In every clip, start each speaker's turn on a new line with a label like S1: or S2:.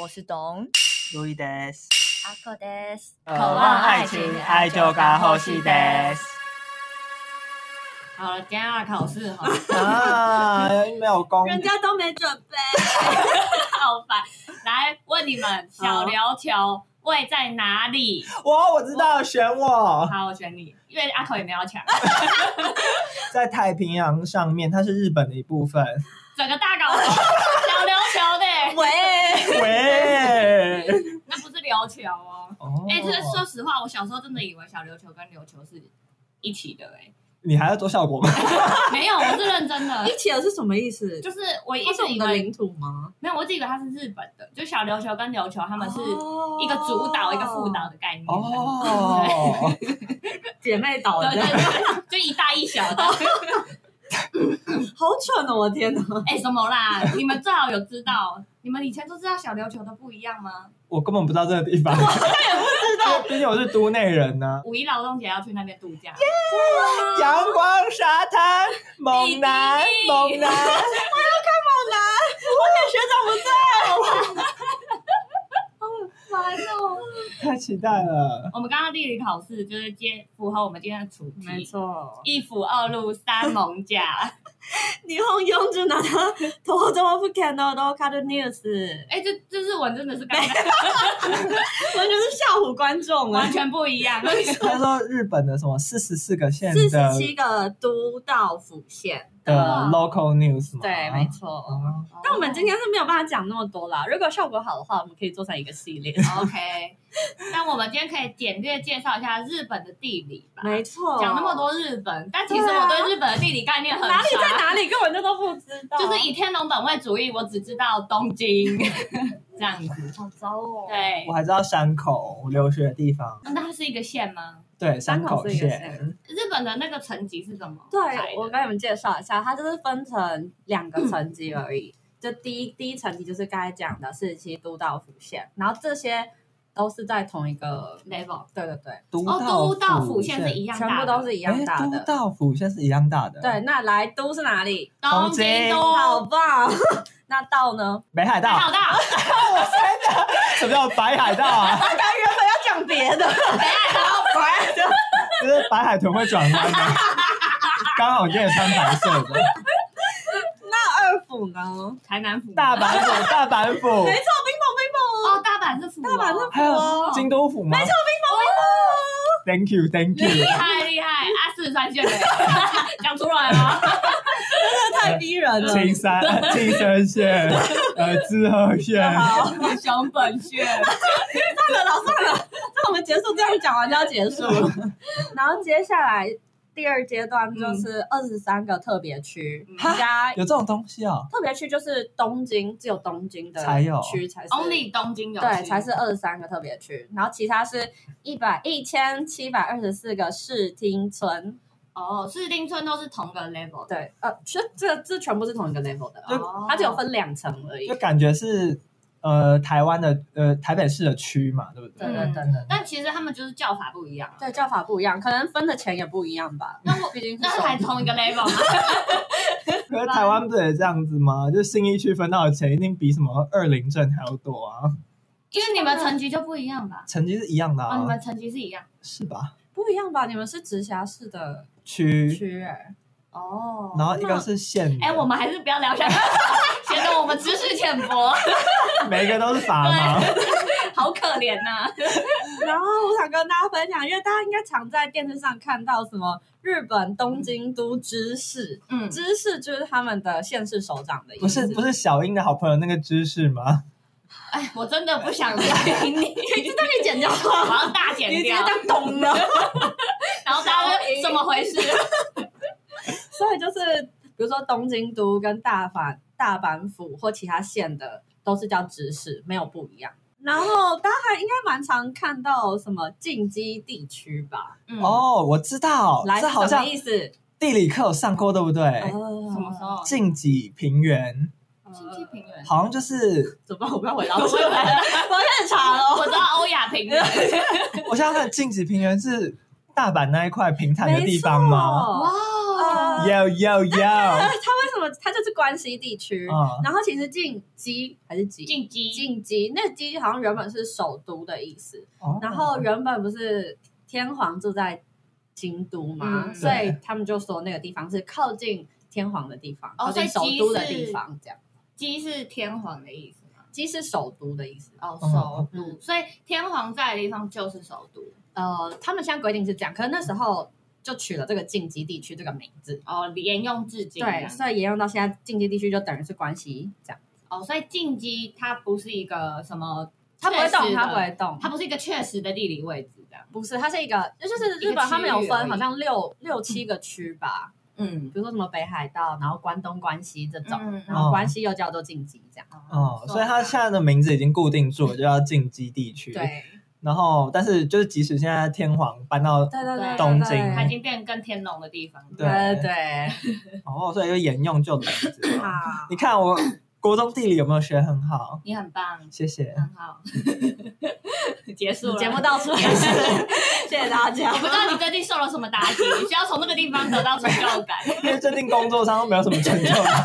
S1: 我是董
S2: 路易德斯，
S1: 阿克德斯，
S2: 渴望爱情，爱就该呼吸德
S3: 好了，今天要考试好了，
S2: 啊，没有公
S3: 人家都没准备， 好烦。来问你们，小琉球位在哪里？
S2: 我我知道，选我
S3: 好，我选你，因为阿口也没有抢，
S2: 在太平洋上面，它是日本的一部 分。
S3: 整个大搞头，小琉球的、
S1: 喂，
S2: 喂，
S3: 那不是琉球哦。
S2: 哦
S3: 哎、这说实话，我小时候真的以为小琉球跟琉球是一起的、
S2: 你还要做效果吗？
S3: 哎，没有，我是认真 的。
S4: 一起的是什么意思？
S3: 就是我一
S4: 它是
S3: 直
S4: 我们
S3: 以
S4: 的
S3: 为
S4: 领土吗？
S3: 没有，我一直以为它是日本的，就小琉球跟琉球他
S4: 他
S3: 们是一个主岛一个副岛的概念。
S2: 哦，
S4: 姐妹岛
S3: 对
S4: 这
S3: 对
S4: 样，
S3: 对，就一大一小的。
S4: 好蠢哦！我天哪，
S3: 哎、什么啦？你们最好有知道，你们以前都知道小琉球的不一样吗？
S2: 我根本不知道这个地方，我也不知道，毕竟我是都内人呢。
S3: 五一劳动节要去那边度假，
S2: 阳光沙滩，猛男，猛男，
S3: 烦哦！
S2: 太期待了。
S3: 我们刚刚地理考试就是接符合我们今天的主题，
S4: 错，
S3: 一府二路三猛甲。
S4: 日本四十七 都道府県のローカルニュース，
S3: 哎、这这日文真的 是刚才
S4: 完全是吓唬观众
S3: 完
S4: 啊！
S3: 全不一 样。
S2: 他说日本的什么四十四个县
S4: 四
S2: 的
S4: 十七个都道府县，
S2: 的 local news 吗？
S4: 对，没。错。
S2: 哦，
S4: 但我们今天是没有办法讲那么多啦。如果效果好的话，我们可以做成一个系 列。
S3: OK，那我们今天可以简略介绍一下日本的地理吧。
S4: 没错，
S3: 啊讲那么多日本，但其实
S4: 对
S3: 我
S4: 啊
S3: 对日本的地理概念很
S4: 哪里在
S3: 差，
S4: 哪里，根本就都不知道。
S3: 就是以天龙本位主义，我只知道 东京这样子。
S1: 好糟哦，
S3: 对
S2: 我，还知道山口，我留学的地方，
S3: 那它是一个县吗？
S2: 对，山
S4: 山口
S2: 口
S4: 是一个
S2: 县
S4: 县。
S3: 日本的那个层级是什么？
S4: 对，我跟你们介绍一下，它就是分成两个层级而已。就第一第一层级就是刚才讲的四七都道府县，然后这些都是在同一个，
S3: level。
S4: 对对对，
S2: 都
S3: 哦，都道府
S2: 府
S3: 县是一样
S4: 全
S3: 大
S4: 部
S3: 的，
S4: 都是一样大
S2: 哎
S4: 的
S2: 都。道府县是一样大的。
S4: 对，，那来都是哪里？
S3: 东京
S4: 好
S3: 都。
S4: 棒！那道呢？
S2: 北海道。
S3: 好大，
S2: 什么叫北海道 啊？
S4: 大家原本要讲别的，
S2: 就是白海豚会转 弯的。刚好我今天也穿白色的。
S4: 那二府呢？
S3: 台南府
S2: 大 阪府，大阪府，
S4: 没错，冰棒冰棒哦，
S3: 哦，大阪是府哦，
S4: 大阪是
S2: 还有京都府吗？没错，冰雹。Thank you，Thank
S3: 厉
S2: you。
S3: 害厉害啊！四川县的讲出来了，
S4: 这
S2: 呃
S4: 太逼人了。
S2: 青山、青山县、呃，滋贺 县，
S4: 好，
S3: 熊本县，
S4: 算了啦，算了，那 我们结束，这样讲完就要结束了。 然后接下来第二阶段就是二十三个特别区，
S3: 嗯
S4: 加
S2: 有这种东西哦。
S4: 特别区就是东京，只有东京的
S2: 才有
S4: 区才是
S3: only 东京有区
S4: 对，才是二十三个特别区，然后其他是一百一千七百二十四个市町村，
S3: 哦，市町村都是同个 level 的，
S4: 对，呃，这这这全部是同一个 level 的，
S2: 就
S3: 哦
S4: 它只有分两层而已
S2: 就。感觉是呃台湾的呃台北市的区嘛，对不对？
S4: 对对对
S2: 嗯
S4: 对，
S3: 但其实他们就是叫法不一样啊。
S4: 对，叫法不一样，可能分的钱也不一样吧。
S3: 那我
S4: 毕竟是
S3: 那
S4: 首
S3: 还
S4: 都
S3: 同一个 level 吗？
S2: 可是台湾不也这样子吗？就新一区分到的钱一定比什么二林镇还要多啊，
S3: 因为你们层级就不一样吧？
S2: 成绩是一样的
S3: 哦，
S2: 啊
S3: 你，们层级是一样。
S2: 是吧？
S4: 不一样吧？你们是直辖市的
S2: 区，
S4: 区、欸，
S3: 哦
S2: 然后一个是县
S4: 嗯
S2: 的，
S3: 哎，我们还是不要聊下去， 显得我们知识浅薄，
S2: 每一个都是法盲，
S3: 好可怜呐。
S4: 然后我想跟大家分享，因为大家应该常在电视上看到什么日本东京都知事，
S3: 嗯，
S4: 知事就是他们的县市首长的意思。
S2: 不 是不是小英的好朋友那个知识吗？
S3: 哎，我真的不想 理你，
S4: 这都可以剪掉，
S3: 我要大
S4: 你
S3: 减
S4: 直接
S3: 掉，
S4: 当懂了。
S3: 然后大家就怎么回事？
S4: 所以就是比如说东京都跟大阪、大阪府或其他县的都是叫知事，没有不一样。然后大家还应该蛮常看到什么近畿地区吧？
S3: 嗯，
S2: 哦，我知道，
S4: 来，
S2: 这好
S4: 什么
S2: 像
S4: 意思？哦
S2: 地理课有上过，对不对？
S4: 什
S3: 什么时？候？啊
S2: 近畿平原
S3: 经济平原。
S2: 好像就是，
S4: 呃怎么办？我不要回答不出来了， 哦我开始查喽。
S3: 我知道欧亚 平原，
S2: 我想想看，近畿平原是大阪那一块平坦的地方吗？
S4: 没错？
S3: 哇，哦
S4: 呃，
S2: 有有有，
S4: 他为什么它就是关西地区。
S2: 啊，
S4: 然后其实晋级还是级
S3: 进击
S4: 晋级，那级好像原本是首都的意思。
S2: 哦
S4: 然后原本不是天皇住在京都嘛，
S3: 嗯
S4: 所以
S2: 对
S4: 他们就说那个地方是靠近天皇的地方，
S3: 哦
S4: 靠近首
S3: 所以鸡
S4: 都的
S3: 是
S4: 地方，这样。
S3: 鸡是天皇的意思吗？
S4: 鸡是首都的意思。
S3: 哦，
S2: 嗯
S3: 首都，
S4: 嗯
S3: 所以天皇在的地方就是首都。
S4: 呃，他们现在规定是这样，可是那时候就取了这个晋级地区这个名字。
S3: 哦，沿用至今这
S4: 对，
S3: 样。
S4: 所以沿用到现在，晋级地区就等于是关西这样。
S3: 哦，所以进击它不是一个什么，
S4: 它不会
S3: 确
S4: 动，
S3: 实的
S4: 它不会动，
S3: 它不是一个确实的地理位置这样。
S4: 不是，它是一个，就是日
S3: 一个
S4: 本
S3: 区
S4: 他们有
S3: 域而
S4: 分
S3: 已
S4: 好像六六七个区吧，
S3: 嗯
S4: 比，如说什么北海道，然后关东、关西这种，
S3: 嗯
S4: 然后
S2: 哦
S4: 关西又叫做晋级这样。
S2: 哦，所以它现在的名字已经固定住了，就叫进击地区。，
S4: 对，在
S2: 然后但是就是即使现在天皇搬到
S4: 对对对，
S2: 东
S4: 对对
S2: 京
S3: 它已经变更天龙的地方了。
S2: 对
S4: 对对嗯
S2: 哦，所以就沿用旧的名字
S4: 对，
S2: 了。
S4: 好，
S2: 你看我国中地理有没有学很好？
S3: 你很棒，
S2: 谢谢。
S3: 很好， 结束了
S4: 节目。到此为止，谢谢大家
S3: 我。不知道你最近受了什么打击，你需要从那个地方得到成就感。
S2: 因为最近工作上都没有什么成就感，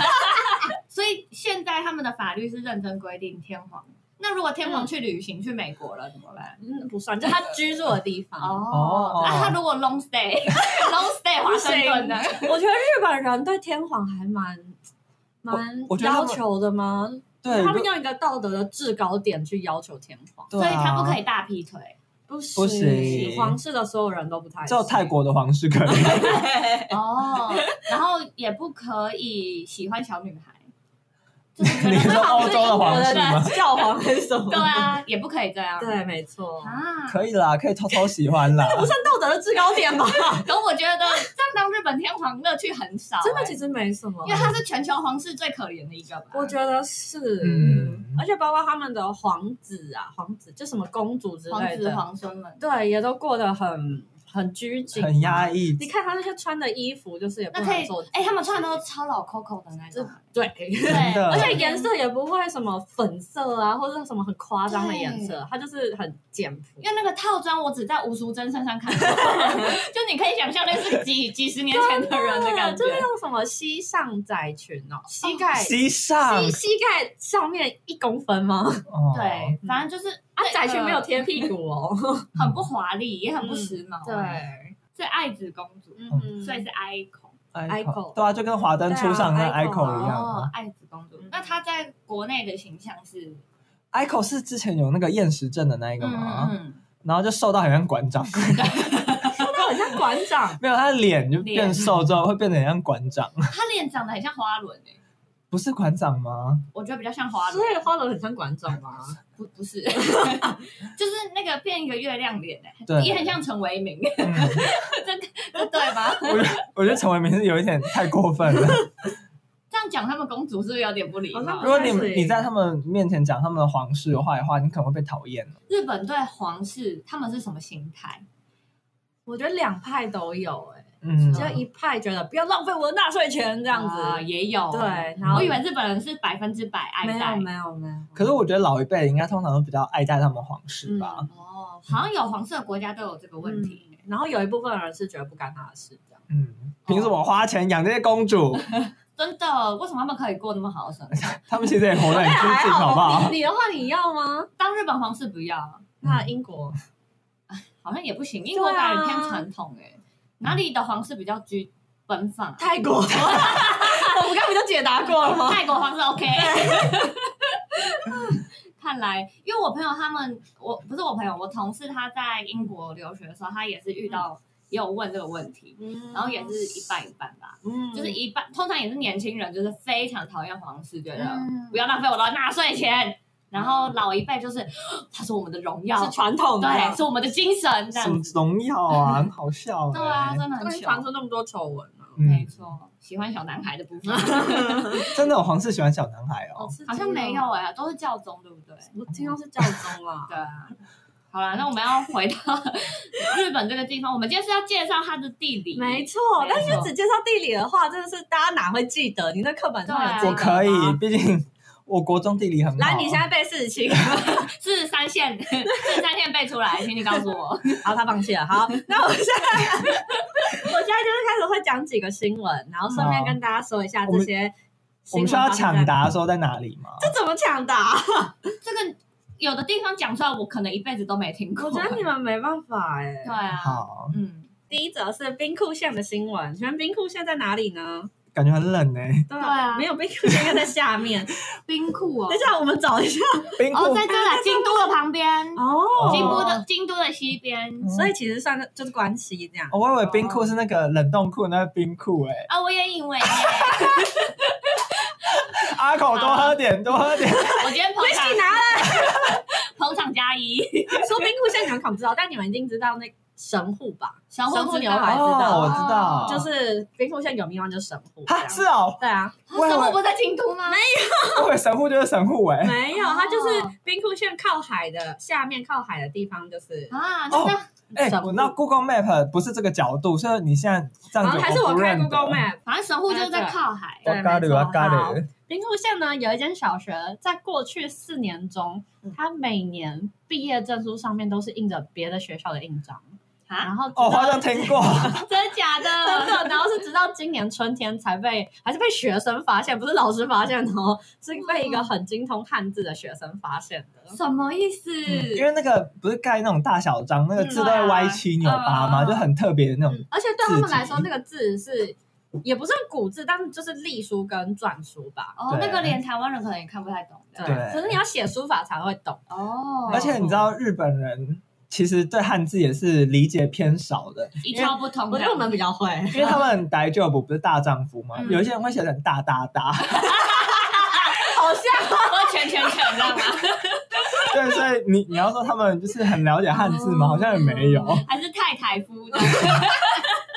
S3: 所以现在他们的法律是认真规定天皇。那如果天皇去旅行、去美国了怎么办？
S4: 嗯，不算，就他居住的地方。
S2: 哦
S3: 那、他如果 long stay long stay 华盛顿呢？
S4: 我觉得日本人对天皇还蛮蛮
S2: 我觉得他
S4: 要
S2: 们
S4: 求的吗？
S2: 对，
S4: 他们
S2: 如
S4: 用一个道德的制高点去要求天皇，
S2: 对啊
S3: 所以他不可
S2: 以，
S3: 以大劈腿。
S4: 不
S2: 不行
S4: 皇室的所有人都不太
S2: 只有泰
S4: 行。
S2: 国的皇室可以。
S3: 哦，然后也不可以喜欢小女孩。就是啊可
S2: 你
S3: 能
S2: 说
S3: 会好
S2: 欧洲的皇室吗？
S4: 教皇还是什么？
S3: 对啊，也不可以这样。
S4: 对，没错，
S3: 啊，
S2: 可以啦，可以偷偷喜欢啦。
S4: 不算道德的制高点吧？
S3: 可我觉得这样当日本天皇乐趣很少、
S4: 真的，
S3: 欸
S4: 其实没什么
S3: 因。为他是全球皇室最可怜的一个吧。
S4: 我觉得是，
S2: 嗯
S4: 而且包括他们的皇子啊，皇子就什么公主之
S3: 皇
S4: 类
S3: 子
S4: 的，
S3: 皇孙们，
S4: 对，也都过得很很拘谨，
S2: 很压。抑，
S4: 你看他那些穿的衣服，就是也不
S3: 那可
S4: 能
S3: 以
S4: 做，
S3: 哎、他们穿的都超老 Coco 的那
S4: 这
S3: 种。啊
S4: 对，
S3: 对，
S2: 真的
S3: 而
S4: 而
S3: 且
S4: 且
S3: 颜
S4: 颜
S3: 色，
S4: 色也不会什么粉色啊，或者什么很夸张的颜色，它就是很简朴。
S3: 因为那个套装我只在吴淑珍身上看 过，就你可以想象那是几几十年前的啊人的感觉
S4: 啊就是。用什么膝上窄裙哦，膝盖、膝
S2: 膝上
S4: 膝盖上面一公分 吗？
S2: 哦
S3: 对，反正就是
S4: 啊
S3: 那，个
S4: 窄裙没有贴屁股 哦。
S3: 很不华丽，也很不时髦。
S4: 嗯对，，
S3: 是爱子公主，
S4: 嗯
S3: 所以是 icon。
S2: ，icon，
S4: Icon
S2: 对啊，就跟华灯初上跟
S4: 对啊
S2: icon 一样
S3: 哦
S2: 啊。，
S3: 爱子公主
S4: 嗯。
S3: 那她在国内的形象是，
S2: icon 是之前有那个厌食症的那一个
S3: 嗯
S2: 嘛，
S3: 嗯，
S2: 然后就瘦到很像馆 长，
S4: 那很像馆长，
S2: 没有，他的脸就变
S3: 脸
S2: 瘦之后会变得很像馆长，
S3: 嗯她脸长得很像花轮诶，
S2: 不是馆长吗？
S3: 我觉得比较像 花
S4: 所
S3: 轮，
S4: 以花轮很像馆长 吗？
S3: 不不是， 就是那个变一个月亮脸诶，
S2: 对
S3: 也很像陈为民，
S2: 嗯，
S3: 这对吗？
S2: 我觉得我觉得陈为民是有一点太过分 了。
S3: 这样讲他们公主是不是有点不礼
S4: 好
S3: 貌
S4: 像
S2: 如？果你
S4: 不太行
S2: 你在他们面前讲他们的皇室的坏话，你可能会被讨厌。
S3: 日本对皇室他们是什么心态？
S4: 我觉得两派都有，哎，
S2: 嗯，
S4: 只有一派觉得不要浪费我的纳税钱这
S3: 这
S4: 样子，
S3: 啊也有
S4: 对，然后
S3: 我以为日本人是百分之百爱
S4: 没有
S3: 戴。
S4: 没有没有，
S2: 可是我觉得老一辈应该通常都比较爱戴他们皇室吧。
S3: 哦，好像有皇室的国家都有这个问题。
S4: 嗯然后有一部分人是觉得不干他的事，这样。
S2: 嗯，凭什么花钱养这些公主？
S3: 真的，为什么他们可以过那么好的生活？
S2: 他们其实也活得很拘谨，好不 好？
S4: 啊你的 话你要吗？
S3: 当日本皇室不要，
S4: 那英国
S3: 好像也不行，英国感觉偏传统哎、哪里的皇室比较居奔 放、啊？
S4: 泰国，我们刚不就解答过了吗？
S3: 泰国皇室 OK。看来，因为我朋友他们，我不是我朋友，我同事他在英国留学的时候，他也是遇到，也有问这个问题，然后也是一半一半吧，
S4: 嗯
S3: 就是一半，通常也是年轻人，就是非常讨厌皇室，觉得、
S1: 嗯
S3: 不要浪费我的纳税钱，然后老一辈就是， 他是我们的荣耀，
S4: 是传统的，
S3: 对，是我们的精神，这
S2: 什么
S3: 样子，
S2: 荣耀啊，很好笑、欸。
S3: 对啊，真的很
S4: 刚才
S3: 糗
S4: 传出那么多丑闻哦呢。
S2: 嗯
S3: 没错，喜欢小男孩的部分，
S2: 真的有皇室喜欢小男孩哦。
S3: 好像没有哎、都是教宗，对不对？
S4: 我听到是教宗啦。
S3: 对啊，好了，那我们要回到日本这个地方，我们今天是要介绍它的地 理，
S4: 没错，
S3: 没错
S4: 但是只介绍地理的话，真的是大家哪会记得？你在课本上有记得
S3: 对啊
S2: 我
S4: 吗
S2: 可以，毕竟我国中地理很好。
S4: 来，你现在背四十 七，
S3: 是三线， 是三线背出来，请你告诉我。
S4: 好，他放弃了。好，那我现在， 我现在就是开始会讲几个新闻，然后顺便跟大家说一下这些
S2: 我们需要抢答说在哪里吗？
S4: 这怎么抢答？
S3: 这个有的地方讲出来，我可能一辈子都没听过。
S2: 哦
S4: 我觉得你们没办法哎、
S3: 对啊，
S2: 好，
S3: 嗯，
S4: 第一则是冰库县的新闻，请问冰库县在哪里呢？
S2: 感觉很冷呢、
S4: 对
S3: 对啊
S4: 没有冰库县应该在下面。
S3: 冰库哦
S4: 等一，下，我们找一下
S2: 冰库、
S3: 哦，在这 里，京都的旁边，
S4: 哦
S3: 京都的京都的西边。
S2: 嗯
S4: 所以其实算是就是关西这样。
S2: 哦我以为冰库是那个冷冻库，那个冰库哎、
S3: 啊，我也以为耶，
S2: 阿口多喝点，多喝点。
S3: 我今天捧
S4: 回
S3: 场
S4: 去拿了，
S3: 捧场加一，
S4: 说冰库县你们可能不知道，但你们一定知道那神户吧？
S3: 神
S4: 神户
S3: 户
S4: 牛
S2: 排
S4: 排
S2: 知道哦我知道
S4: 就是冰库县有名望哦就是神户。这
S2: 哈，
S4: 样
S2: 是哦，
S4: 对啊，
S2: 我以
S3: 神户
S2: 为
S3: 不在京都吗？没
S2: 我以为神户就是神户哎、
S4: 没有，
S3: 哦
S4: 它就是冰库县靠海的下面靠海的地方，就是
S3: 啊，那这
S2: 哎、
S4: 神户
S2: 我那 Google Map 不是这个角度，所以你现在这
S4: 然后
S2: 样子
S4: 哦还是我
S2: 不
S4: 开
S2: 认得
S4: Google Map。
S3: 反正神户就是在靠海
S4: 对
S2: 我咖
S4: 没
S2: 喱，
S4: 错
S2: 我咖
S4: 好
S2: 喱。哦
S4: 兵库县呢有一间小学，在过去四年中，它每年毕业证书上面都是印着别的学校的印章，
S3: 啊，
S4: 然后直到
S2: 哦，好像听过，
S3: 真的 假
S4: 真
S3: 的？
S4: 的，然后是直到今年春天才被，还是被学生发现，不是老师发现哦， 是被一个很精通汉字的学生发现的。
S3: 什么意思？
S2: 因为那个不是盖那种大小章，那个字都会歪七
S4: 啊
S2: 扭八嘛，
S3: 嗯
S2: 就很特别的那种。
S4: 而且对他们来
S2: 自
S4: 说，
S2: 己
S4: 那个字是也不是古字，但是就是隶书跟篆书吧。
S3: 哦，那个连台湾人可能也看不太懂的。
S2: 对
S4: 可是你要写书法才会懂。
S3: 哦，
S2: 而且你知道日本人其实对汉字也是理解偏少的，
S3: 一窍不通的。
S4: 我觉得我们比较会，
S2: 因为他们白就不不是大丈夫嘛，
S3: 嗯
S2: 有一些人会写成大大 大，
S4: 好 像
S3: 都哦全全全，知道吗？
S2: 对，所以你你要说他们就是很了解汉字吗？好像也没有。
S4: 哦
S3: 还是太太夫的。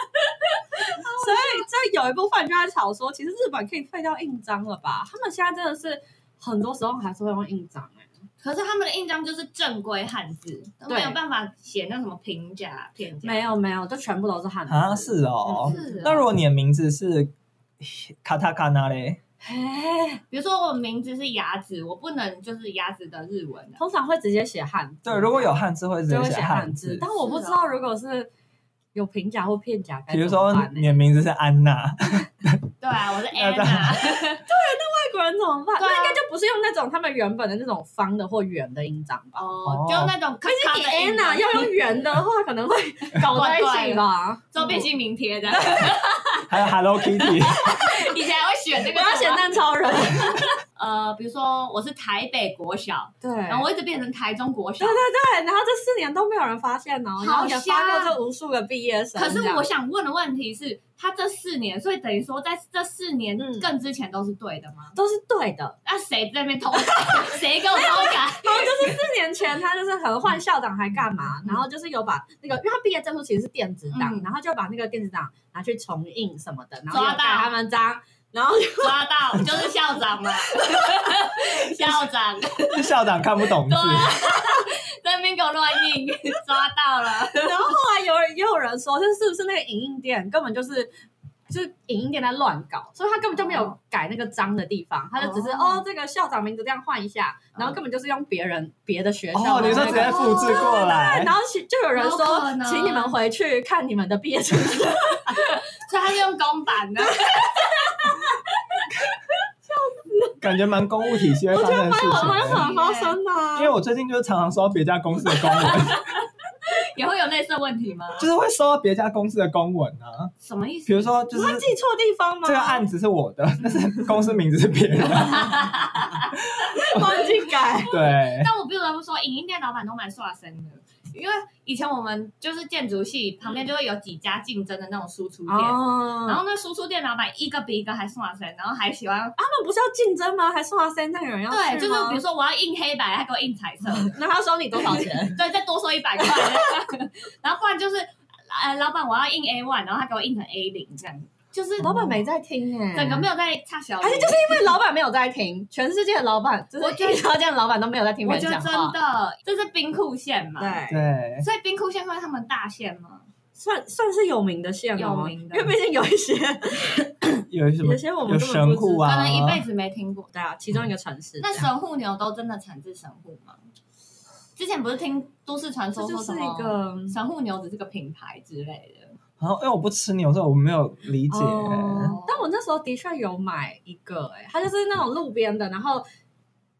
S4: 所以这有一部分就在吵说，其实日本可以废掉印章了吧？他们现在真的是很多时候还是会用印章哎、
S3: 可是他们的印章就是正规汉字，都没有
S4: 对
S3: 办法写那什么平假、片假。
S4: 没有没有，就全部都是汉字。
S2: 啊，是
S4: 嗯
S2: 哦。
S3: 是啊
S2: 那如果你的名字是卡塔卡纳嘞，
S4: 哎，
S3: 比如说我名字是雅子，我不能就是雅子的日文的。
S4: 通常会直接写汉字。
S2: 对，如果有汉字会直
S4: 就
S2: 接
S4: 会写
S2: 写
S4: 汉
S2: 汉
S4: 字
S2: 字，，
S4: 但
S3: 啊
S4: 我不知道如果是有平假或片假该
S2: 比
S4: 怎
S2: 如
S4: 么
S2: 说
S4: 办呢、
S2: 你的名字是安娜，
S3: 对啊，我是
S2: 那
S3: Anna。
S4: 外国人怎么办？
S3: 对啊
S4: 那应该就不是用那种他们原本的那种方的或圆的印章吧？
S3: 哦，就那种咔
S4: 毕
S3: 咔
S4: 竟你
S3: 的印
S4: Anna
S3: 章，
S4: 要用圆的话，可能会搞在一起 吧。
S3: 周边姓 名贴的。
S2: 还有 Hello Kitty，
S3: 以前还会选这
S4: 我
S3: 个，
S4: 要写蛋超 人。
S3: 呃，比如说我是台北国小，
S4: 对，然
S3: 然
S4: 后
S3: 后我一直变成台中国
S4: 对。
S3: 小
S4: 对对，然后这四年都没有人发现哦，
S3: 好
S4: 然后也发过
S3: 瞎
S4: 这无数个毕业生。
S3: 可是
S4: 这样
S3: 我想问的问题是，他这四年，所以等于说在这四年
S4: 嗯
S3: 更之前都是对的吗？
S4: 都是对的，
S3: 那谁在那边偷 改？谁给我偷改？
S4: 然后就是四年前，他就是可能换校长还干嘛，然后就是有把那个，因为他毕业证书其实是电子档，
S3: 嗯
S4: 然后就把那个电子档拿去重印什么的，然后
S3: 抓
S4: 有
S3: 到
S4: 盖他们章，然后
S3: 抓到就是校 长嘛，校长
S2: 是校长看不懂字
S3: 对，啊，在那边给我乱印，抓到了。
S4: 然后后来有人也有人说，就是不是那个影印店根本就是。就是影印店在乱搞，所以他根本就没有
S3: 哦
S4: 改那个章的地方，他就只是
S3: 哦
S4: 哦这个校长名字这样换一下，然后根本就是用别人别的学校
S2: 哦，
S4: 的
S2: 你说
S4: 那
S2: 直
S4: 个
S2: 接复制过来
S4: 然，后其就有人
S3: 有
S4: 说
S3: 可，能
S4: 请你们回去看你们的毕业证书，
S3: 所以他是用公版的，
S2: 感觉蛮公务体系会发生的事
S4: 我们
S2: 情。
S4: 很发生的啊
S2: 因为我最近就是常常收到别家公司的公文，
S3: 也会有类似的问题吗？
S2: 就是会收到别家公司的公文啊。
S3: 什么意思？
S2: 比如说，就
S4: 你
S2: 是
S4: 会记错地方吗？
S2: 这个案子是我的，但是公司名字是别人。
S4: 忘记改。
S2: 对，
S3: 但我不得不说，影音店老板都蛮刷身的，因为以前我们就是建筑系旁边就会有几家竞争的那种输出 店。
S4: 哦然
S3: 然
S4: 后
S3: 后那输出店老板一个比一个还刷身，然后还喜欢
S4: 他们不是要竞争吗？还送他三那有人要去哦吗
S3: 对，就是比如，说我要印黑白，他给我印彩色 的，
S4: 那他收你多少钱？
S3: 对，再多收一百块， 然后不然就是呃，老板我要印 A one，然后他给我印成 A 零这样，就是
S4: 老板没在听哎，
S3: 整个没有在差小，
S4: 还是就是因为老板没有在听，全世界的老板就是
S3: 我觉得
S4: 一条件的老板都没有在听
S3: 我
S4: 别
S3: 觉
S4: 人
S3: 得
S4: 讲
S3: 真
S4: 话。
S3: 的这是冰库线嘛，，
S4: 对，
S2: 对，
S3: 所以冰库线算他们大线吗？
S4: 算算是有名的线哦
S3: 有名的
S4: 因为毕竟有一些，
S2: 有什么
S4: 有些我们根本不
S2: 有神户
S3: 可
S2: 啊，
S3: 能一辈子没听过。
S4: 对啊，其中一个城市。
S3: 那神户牛都真的产自神户吗？之前不是听都市传
S4: 这
S3: 说
S4: 就
S3: 说
S4: 是啊
S3: 什
S4: 一
S3: 么
S4: 个
S3: 神户牛只是个品牌之类的，
S2: 然后因为哎我不吃牛肉，我没有理解。
S4: 哦但我那时候的确有买一个、欸，它就是那种路边的，然后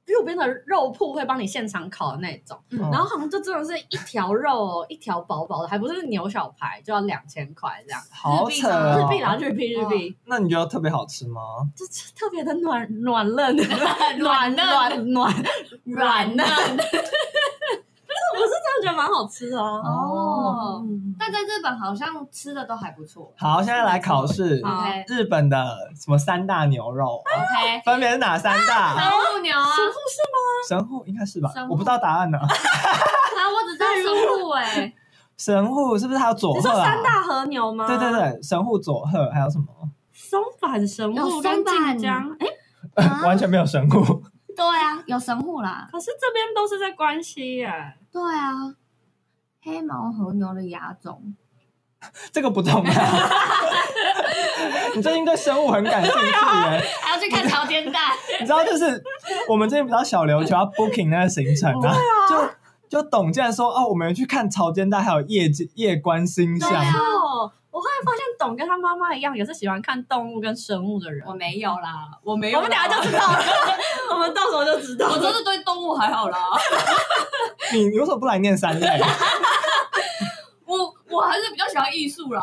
S4: 路边的肉铺会帮你现场烤的那种，
S3: 嗯
S2: 哦
S4: 然后好像就真的是一条肉哦，一条薄薄的，还不是牛小排，就要两千块这样，
S2: 好扯
S3: 哦
S4: 日
S2: 啊！
S4: 币啦，日币日币，
S3: 嗯
S2: 那你觉得特别好吃吗？
S4: 就是特别的暖暖 嫩，
S3: 软
S4: 暖
S3: 嫩
S4: 暖暖
S3: 软嫩。
S4: 真的觉得蛮好吃的啊。
S3: 哦
S4: 嗯
S3: 但在日本好像吃的都还不错。
S2: 好，现在来考试。
S4: 好
S3: OK
S2: 日本的什么三大牛肉，
S3: OK，
S2: 分别是哪三大？
S3: 神户牛啊，
S4: 神户是
S2: 神户应该是吧
S3: 神？户
S2: 我不知道答案呢。
S3: 啊，我只知道神户哎，
S2: 神户是不是还有佐
S4: 你
S2: 贺
S4: 说
S2: 啊？
S4: 三大和牛吗？
S2: 对对，对，神户佐贺还有什么？
S4: 松阪神户
S3: 有
S4: 跟
S3: 松阪
S4: 晋江，哎，
S3: 啊
S2: 完全没有神户。
S3: 对啊，有神户啦，
S4: 可是这边都是在关西耶、
S3: 对啊，黑毛和牛的亚种，
S2: 这个不重要。 你最近对生物很感兴趣耶、
S3: 还要去看朝天蛋，
S2: 你知道就是我们最近比较小琉球要 booking 那个行程啊，就就董竟然说哦，我们去看潮间带还有夜景夜观星象，
S3: 对啊
S4: 哦，我后来发现董跟他妈妈一样，也是喜欢看动物跟生物的人。
S3: 我没有啦，我没有，
S4: 我们等一下就知道了， 我们到时候就知道
S3: 我
S4: 了。
S3: 真的对动物还好啦，
S2: 你你为什么不来念三类？
S3: 我我还是比较喜欢艺术啦，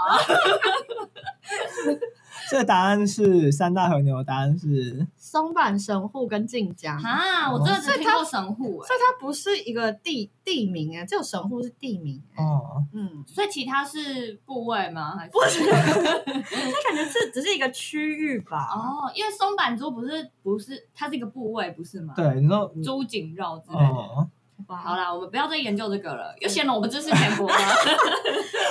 S2: 这答案是三大和牛，答案是
S4: 松阪神户跟晋江，所
S3: 啊，我真的只听过神户哎，
S4: 以它不是一个地地名哎，只有神户是地名哎。
S2: 哦，
S4: 嗯，
S3: 所以其他是部位吗？还是
S4: 不是，它感觉是只是一个区域吧。
S3: 哦，因为松板猪不是不是，它是一个部位不是吗？，
S2: 对，你说
S3: 猪颈肉之类的。
S2: 哦，
S3: 好啦，我们不要再研究这个了，又显得我们知识浅薄 了。
S4: 嗯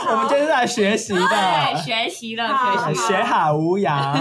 S2: 我们今天是来学习
S3: 对，
S2: 的，
S3: 学习了，
S4: 好
S3: 学习了。
S2: 学海无 涯。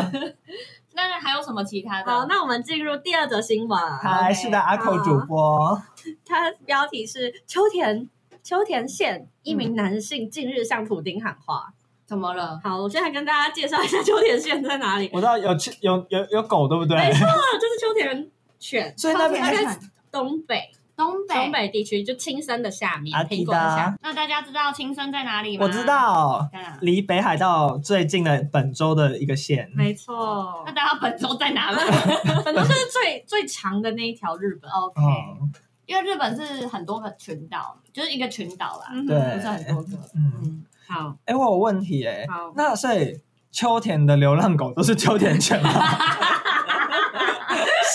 S3: 那还有什么其他的？
S4: 好，那我们进入第二则新闻。
S2: 嗨，是的，阿口主播，
S4: 它标题是秋田秋田县一名男性近日向普丁喊话。
S3: 怎么了？
S4: 好，我现在跟大家介绍一下秋田县在哪里。
S2: 我知道有去有有有狗，对不 对？
S4: 没错，就是秋田犬，
S2: 所以那边
S4: 秋
S2: 还
S4: 田
S2: 是
S4: 犬东北
S3: 东北。
S4: 东北地区，就青森的下面
S2: 阿，
S4: 苹
S2: 基
S4: 果的下
S2: 达
S4: 面。，
S3: 那大家知道青森在哪里吗？
S2: 我知。道，
S3: 在哪？
S2: 离北海道最近的本州的一个县。
S4: 没错
S3: 那，大家本州在哪吗
S4: 本州就是最最长的那一条日本。
S3: ？OK，
S2: 哦，
S3: 因为日本是很多个群岛，就是一个群岛啦，
S4: 嗯
S2: 对
S3: 不是很多个。
S2: 嗯，
S3: 嗯，
S4: 好，
S2: 哎，我有问题哎
S4: 好，
S2: 那所以秋田的流浪狗都是秋田犬吗？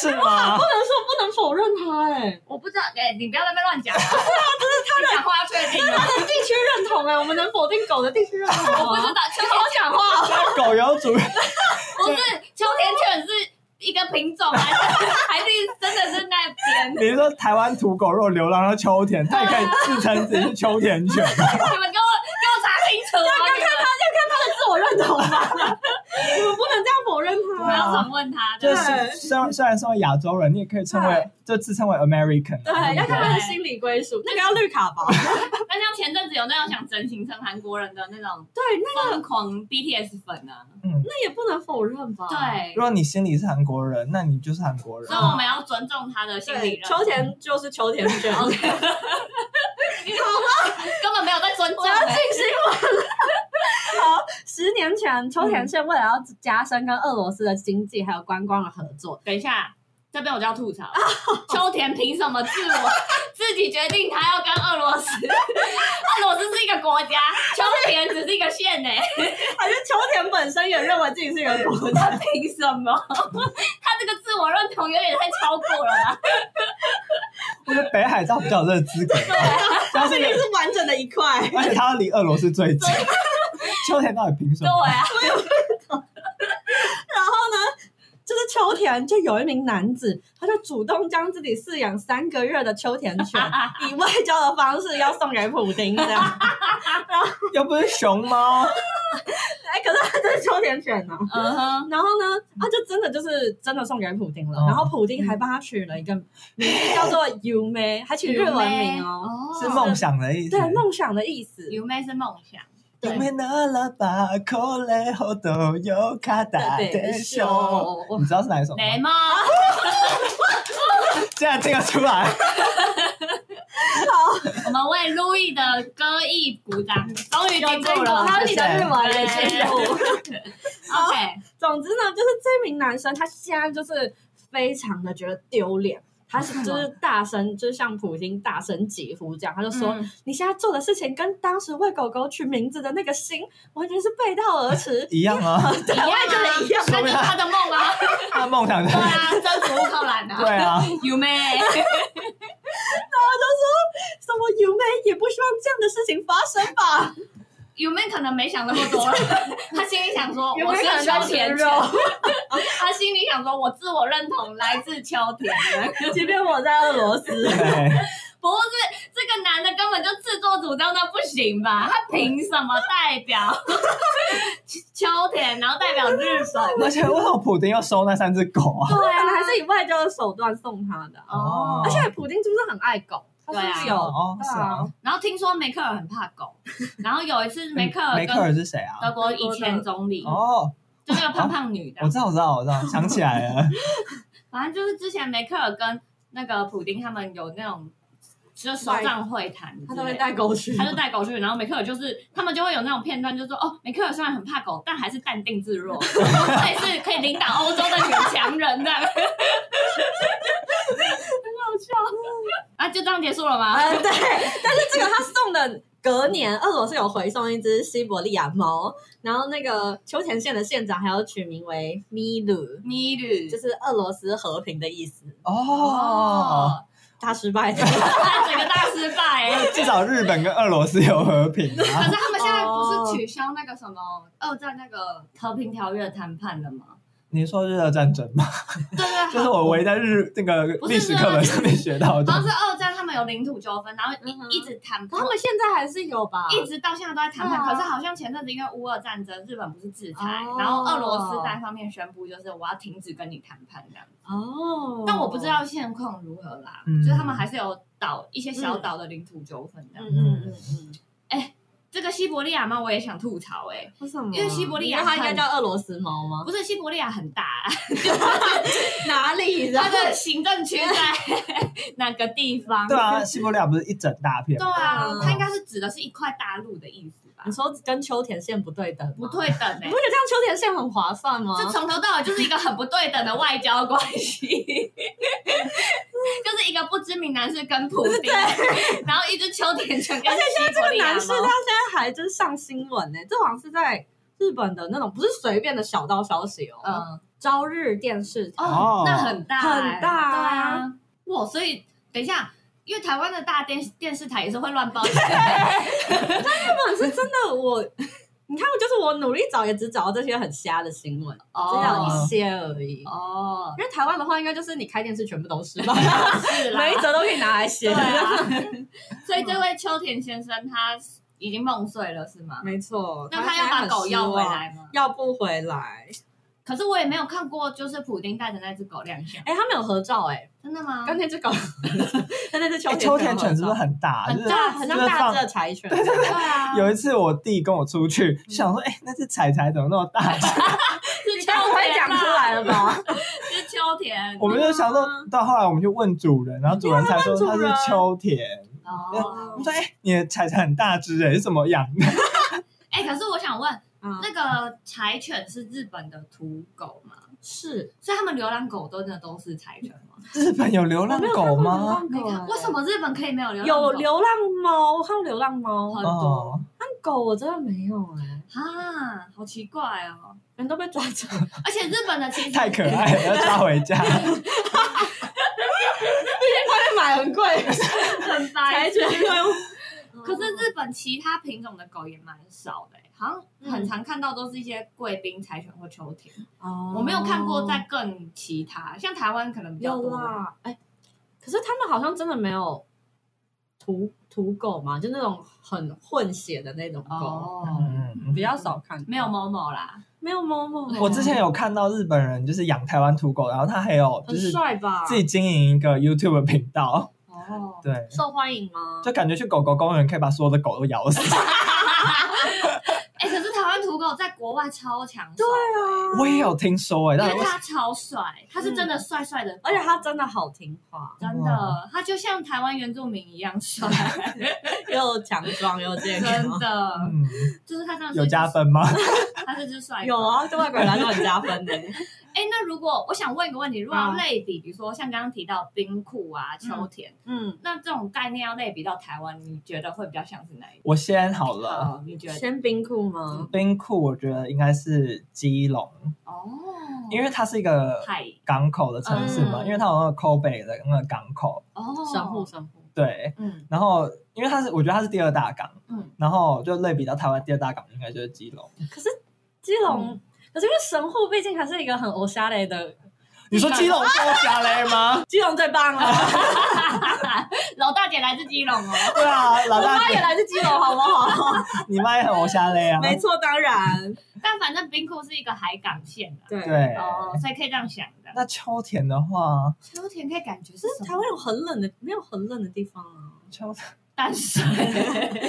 S2: 是吗？
S4: 不能说不能否认它，哎，
S3: 我不知道，哎，你不要在那边乱讲。对啊，就是他讲话要确定哦。
S4: 地区认同哎，我们能否定狗的地区认同啊吗？
S3: 我不 知道，秋
S4: 好
S3: 田
S4: 好讲话哦，
S2: 狗有主，
S3: 不是秋田犬是一个品种，还是还是真的是那边？
S2: 你是说台湾土狗肉流浪到秋田，它也可以自称自己是秋田犬？
S3: 你们给我给我查清楚啊！你们
S4: 自我认同啊吧， 你们不能这样否认啊它。
S3: 不 要常问他。
S2: 就
S3: 对
S2: 是虽然虽然说亚洲人，你也可以称为就自称为 American
S4: 对
S2: 啊。，
S4: 要
S2: 不
S4: 看他的心理归属，那个要绿卡吧？
S3: 那像前阵子有那种想整形成韩国人的那种
S4: 对，
S3: 疯狂 BTS 粉啊，
S2: 嗯，
S4: 那也不能否认吧？
S3: 对
S2: 如，果你心里是韩国人，那你就是韩国人
S3: 所以。我们要尊重他的心理
S4: 对，哦
S3: 认
S4: 秋田就是秋田 卷，
S3: OK 根本没有在尊重
S4: 我要进
S3: 欸。
S4: 新闻了。 好，十年前秋田县为了要加深跟俄罗斯的经济还有观光的合作，
S3: 等一下。这边我就要吐槽， 秋田凭什么自我自己决定他要跟俄罗斯？ 俄罗斯是一个国家，秋田只是一个县呢、
S4: 而且秋田本身也认为自己是一个国 家。
S3: 他凭什么？ 他这个自我认同有点太超过了吧？
S2: 我觉得北海道比较有这个资格，
S4: 然后这里是完整的一块，
S2: 而且它离俄罗斯最近。秋田到底凭什
S3: 对
S2: 么？
S3: 啊，
S4: 就是秋田就有一名男子，他就主动将自己饲养三个月的秋田犬 以外交的方式要送给普丁这样。
S2: 又不是熊猫，
S4: 哎，可是他真是秋田犬呢、
S3: 嗯哼，
S4: 然后呢，他就真的就是真的送给普丁了，
S2: 哦
S4: 然后普丁还帮他取了一个名字叫做 u m e 还取日文名哦，
S2: 是梦想的意思。
S4: 对，梦想的意思。
S3: 有妹是梦想，
S2: 有没那拉巴口雷后都有卡达的
S3: 哦
S2: 熊。你知道是哪一首吗？
S3: 雷梦，
S2: 竟然听得出来，。
S3: 我们为路易的歌意鼓掌，终于进
S4: 有进
S3: 步
S4: 步
S3: 了
S4: 了，
S1: 他你
S3: 谢谢
S1: 的日文也 进步。
S3: OK，
S4: 总之呢，就是这名男生他现在就是非常的觉得丢脸，他 是就是大声，就是像普京大声疾呼这样，他就说：“
S1: 嗯
S4: 你现在做的事情跟当时为狗狗取名字的那个心完全是背道而 驰
S2: 一样啊，
S3: 一样
S4: 觉得一样
S3: 那就是他的梦啊，
S2: 他梦想
S3: 对
S2: 的。
S3: 啊，征服乌克兰啊，
S2: 对啊，
S3: 有妹，
S4: 什么有妹也不希望这样的事情发生吧？
S3: 有妹可能没想那么多了，啊他心里想说，
S4: 有
S3: 我
S4: 妹
S3: 是
S4: 可能在
S3: 秋田
S4: 吃
S3: 犬
S4: 肉，
S3: 他心里想说，我自我认同来自秋田。 啊
S4: 即便我在俄罗斯，
S2: 对，
S3: 不是这个男的根本就自作主张，那不行吧？他凭什么代表 秋田，然后代表日本？
S2: 而且为什么普丁要收那三只狗啊？
S4: 对啊，还是以外交的手段送他的。
S2: 哦
S4: 而且普京是不是很爱狗？他是不是
S3: 对啊
S4: 有？
S2: 哦，
S4: 对
S2: 是啊，
S3: 然后听说梅克尔很怕狗，然后有一次梅克尔
S2: 梅克
S3: 跟
S2: 尔是谁啊
S3: 德？国以前总理，
S2: 哦，
S3: 就那个胖胖女的
S2: 我，知道，我知道，我知道，想起来了。
S3: 反正就是之前梅克尔跟那个普丁他们有那种就是首长会谈之类的，
S4: 他都会带狗去。
S3: 他就带狗去，然后梅克尔就是他们就会有那种片段，就说哦，梅克尔虽然很怕狗，但还是淡定 自若，她也是可以领导欧洲的女强人 的，很好笑。啊，就这样结束了吗？
S4: 啊，对，但是这个他送的隔年，
S3: 嗯
S4: 俄罗斯有回送一只西伯利亚猫，然后那个秋田县的县长还有取名为米鲁，
S3: 米女
S4: 就是俄罗斯和平的意思。
S2: 哦，，
S4: 他失败了，
S3: 那整个大失败、欸。
S2: 至少日本跟俄罗斯有和平
S3: 可
S2: 啊
S3: 是。他们现在
S4: 哦
S3: 不是取消那个什么二战那个和平条约谈判了吗？
S2: 你说日俄战争吗？
S3: 对对，
S2: 就是我唯一在日那个历史课本上面学到
S3: 好
S2: 的
S3: 像。哦是二战他们有领土纠纷，然后
S4: 嗯哼
S3: 一一直谈判
S4: 他。们现在还是有吧？
S3: 一直到现在都在谈判，
S4: 对啊
S3: 可是好像前阵子因为乌俄战争，日本不是制裁，
S4: 哦
S3: 然后俄罗斯单方面宣布就是我要停止跟你谈判这样，
S4: 哦，
S3: 但我不知。道现况如何啦，
S2: 嗯
S3: 就是他们还是有岛一些小岛的领土纠纷这
S4: 嗯
S3: 样。
S4: 嗯嗯嗯，
S3: 这个西伯利亚猫我也想吐槽哎、欸，
S4: 为什么？
S3: 因为西伯利亚
S4: 你觉得它应该
S3: 很
S4: 叫俄罗斯猫吗？
S3: 不是西伯利亚很大、 啊，
S4: 哪里
S3: 它的行政区 在哪个地方？
S2: 对啊，西伯利亚不是一整大片
S3: 对
S2: 吗？
S3: 啊
S4: 嗯，
S3: 它应该是指的是一块大陆的意思吧
S4: 你？说跟秋田县不对等吗？
S3: 不对等哎、
S4: 你不觉得这样秋田县很划算吗？
S3: 这从头到尾就是一个很不对等的外交关 系，就是一个不知名男士跟普丁，然后一只秋田犬跟西伯利亚
S4: 男士他
S3: 猫。
S4: 现在还就是上新闻呢、这好像是在日本的那种不是随便的小道消息哦，
S3: 嗯，
S4: 朝日电视台。
S2: 哦
S3: 哦，那很大、欸，
S4: 很大啊
S3: 对啊，哇，所以等一下。因为台湾的大电电视台也是会乱报新
S4: 日
S3: 闻，
S4: 本是真的我， 你看，就是我努力找也只找到这些很瞎的新闻， 只找一些而已。
S3: 哦，
S4: 因为台湾的话，应该就是你开电视全部都 是吧，
S3: 是啦
S4: 每一，则都可以拿来写
S3: 对。啊， 所以这位秋田先生他已经梦碎了是吗？
S4: 没错，
S3: 那他要把狗要回
S4: 现在很失望，
S3: 来吗？
S4: 要不回来。
S3: 可是我也没有看过，就是普丁带着那只狗亮相，
S4: 哎、他们有合照哎、
S3: 真的吗？
S4: 跟那只 狗，跟那只
S2: 哎
S4: 秋
S2: 秋田
S4: 田
S2: 犬是不是
S4: 很
S2: 很大？
S3: 很
S2: 就是
S4: 对啊，很像
S2: 就是
S4: 大
S2: 放
S4: 只的柴犬？
S3: 对啊，
S2: 有一次我弟跟我出去，就想说，哎、那只彩彩怎么那么大只？
S3: 是秋
S4: 这样我快
S3: 天
S4: 讲
S3: 啦
S4: 出来了吧？
S3: 是秋田。
S2: 我们就想说，到后来我们去问主人，然后主人才说
S4: 你要
S2: 它
S4: 啊问主人
S2: 是秋田。
S3: 哦
S2: 我们，说，哎、你的彩彩很大只哎、是怎么养的？
S3: 哎、可是我想问，
S4: 啊，
S3: 那个柴犬是日本的土狗吗？
S4: 是
S3: 所以他们流浪狗真的都是柴犬吗？
S2: 日本有流浪狗吗？
S3: 没看，为什么日本可以没有流浪
S4: 有
S3: 狗？
S4: 流浪猫？我看过流浪猫，
S3: 很多
S2: 哦，
S4: 但狗我真的没有哎，
S3: 啊，好奇怪哦！
S4: 人都被抓 走。
S3: 而且日本的其实
S2: 太可爱了，要抓回 家。
S4: 外面买很 贵，
S3: 很
S4: 柴
S3: 白
S4: 犬
S3: 痴。
S4: 可
S3: 可
S4: 是
S3: 是日本其他品种的狗也蛮少的、欸好像很常看到都是一些贵宾柴犬或秋田，我
S4: 我
S3: 没有看过在更其他，像台湾可能比较
S4: 有
S3: 多。
S4: 啦，哎，可是他们好像真的没有土土狗嘛，就那种很混血的那种狗，
S3: 哦，
S2: 嗯，
S4: 比较少看，
S3: 没有某某啦，
S4: 没有猫猫。
S2: 我之前有看到日本人就是养台湾土狗，然后他还有就
S4: 很
S2: 是
S4: 帅吧？
S2: 自己经营一个 YouTube 频道，
S3: 哦，
S2: 对，
S4: 受欢迎吗？
S2: 就感觉去狗狗公园可以把所有的狗都咬死。
S3: 哎、可是台湾土狗在国外超强手，
S4: 啊
S2: 我也有听说哎、
S3: 因
S2: 但
S3: 为他超帅，他是真
S4: 嗯
S3: 的帅帅的，
S4: 而且它真的好听话，
S3: 真
S2: 哇
S3: 的，他就像台湾原住民一样帅，
S4: 又强壮又健
S3: 真
S4: 康。
S3: 的，
S2: 嗯，
S3: 就是他这样
S2: 有加，分吗？
S3: 他是只帅哥
S4: 有。啊，对外国人来说很加分的。
S3: 哎、那如果我想问一个问题，如果要
S4: 嗯
S3: 类比，比如说像刚刚提到冰库啊、秋田，
S4: 嗯，
S3: 那这种概念要类比到台湾，你觉得会比较像是哪 一
S2: 我先好
S3: 个？
S2: 了。
S3: 你觉得？
S4: 先冰库吗？
S2: 冰库我觉得应该是基隆，
S3: 哦，
S2: 因为它是一个
S3: 海
S2: 港口的城市嘛，
S4: 嗯
S2: 因为它有那个 Kobe 的那个港口，
S3: 哦，
S4: 神户，神户。
S2: 对。
S3: 嗯
S2: 然后因为它是，我觉得它是第二大港，
S3: 嗯，
S2: 然后就类比到台湾第二大港应该就是基隆。
S4: 基隆，可是因为神户毕竟还是一个很欧沙雷的，
S2: 你说基隆多狭 嘞吗？
S4: 基隆最棒了。
S3: 老大姐来自基隆哦，
S2: 对啊，老大
S4: 他也
S2: 姐，
S4: 来自基隆，好不 好？
S2: 你妈也很我瞎嘞啊。
S4: 没错，当然，
S3: 但反正冰库是一个海港县啊，
S4: 对。
S2: 对，
S3: 哦，所以可以这样想的。
S2: 那秋田的话，
S3: 秋田可以感觉是
S4: 就是台湾有很冷的，没有很冷的地方啊。
S2: 秋
S3: 淡 水
S4: 对，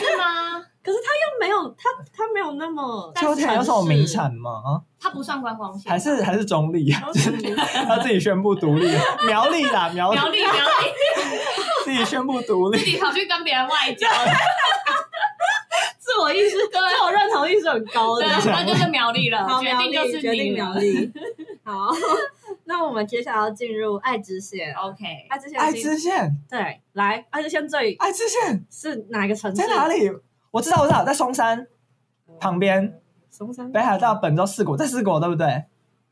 S3: 是吗？
S4: 可是它又没有，它它没有那么
S2: 秋田有什么 名？产吗？
S3: 它不算观光县，
S2: 还是还是中立？
S4: 嗯
S2: 他自己宣布独立，啊苗栗啦，苗栗
S3: 苗栗苗栗，
S2: 自己宣布独立
S3: 自。己跑去跟别人外交，
S4: 自我意识，自我认同意识很高的
S3: 对，。那就是苗栗了，
S4: 好，
S3: 决
S4: 苗
S3: 定就
S4: 栗，
S3: 是
S4: 呃决定
S3: 你
S4: 苗
S3: 了。
S4: 栗。 好，那我们接下来要进入爱知县。
S3: OK，
S4: 爱知县，
S2: 爱知县，
S4: 对，来，爱知县最
S2: 爱知县
S4: 是哪个城市？呃
S2: 在哪？里？我知道，我知道，在松山旁边，
S4: 松山
S2: 北海道本州四国，在四国对不对？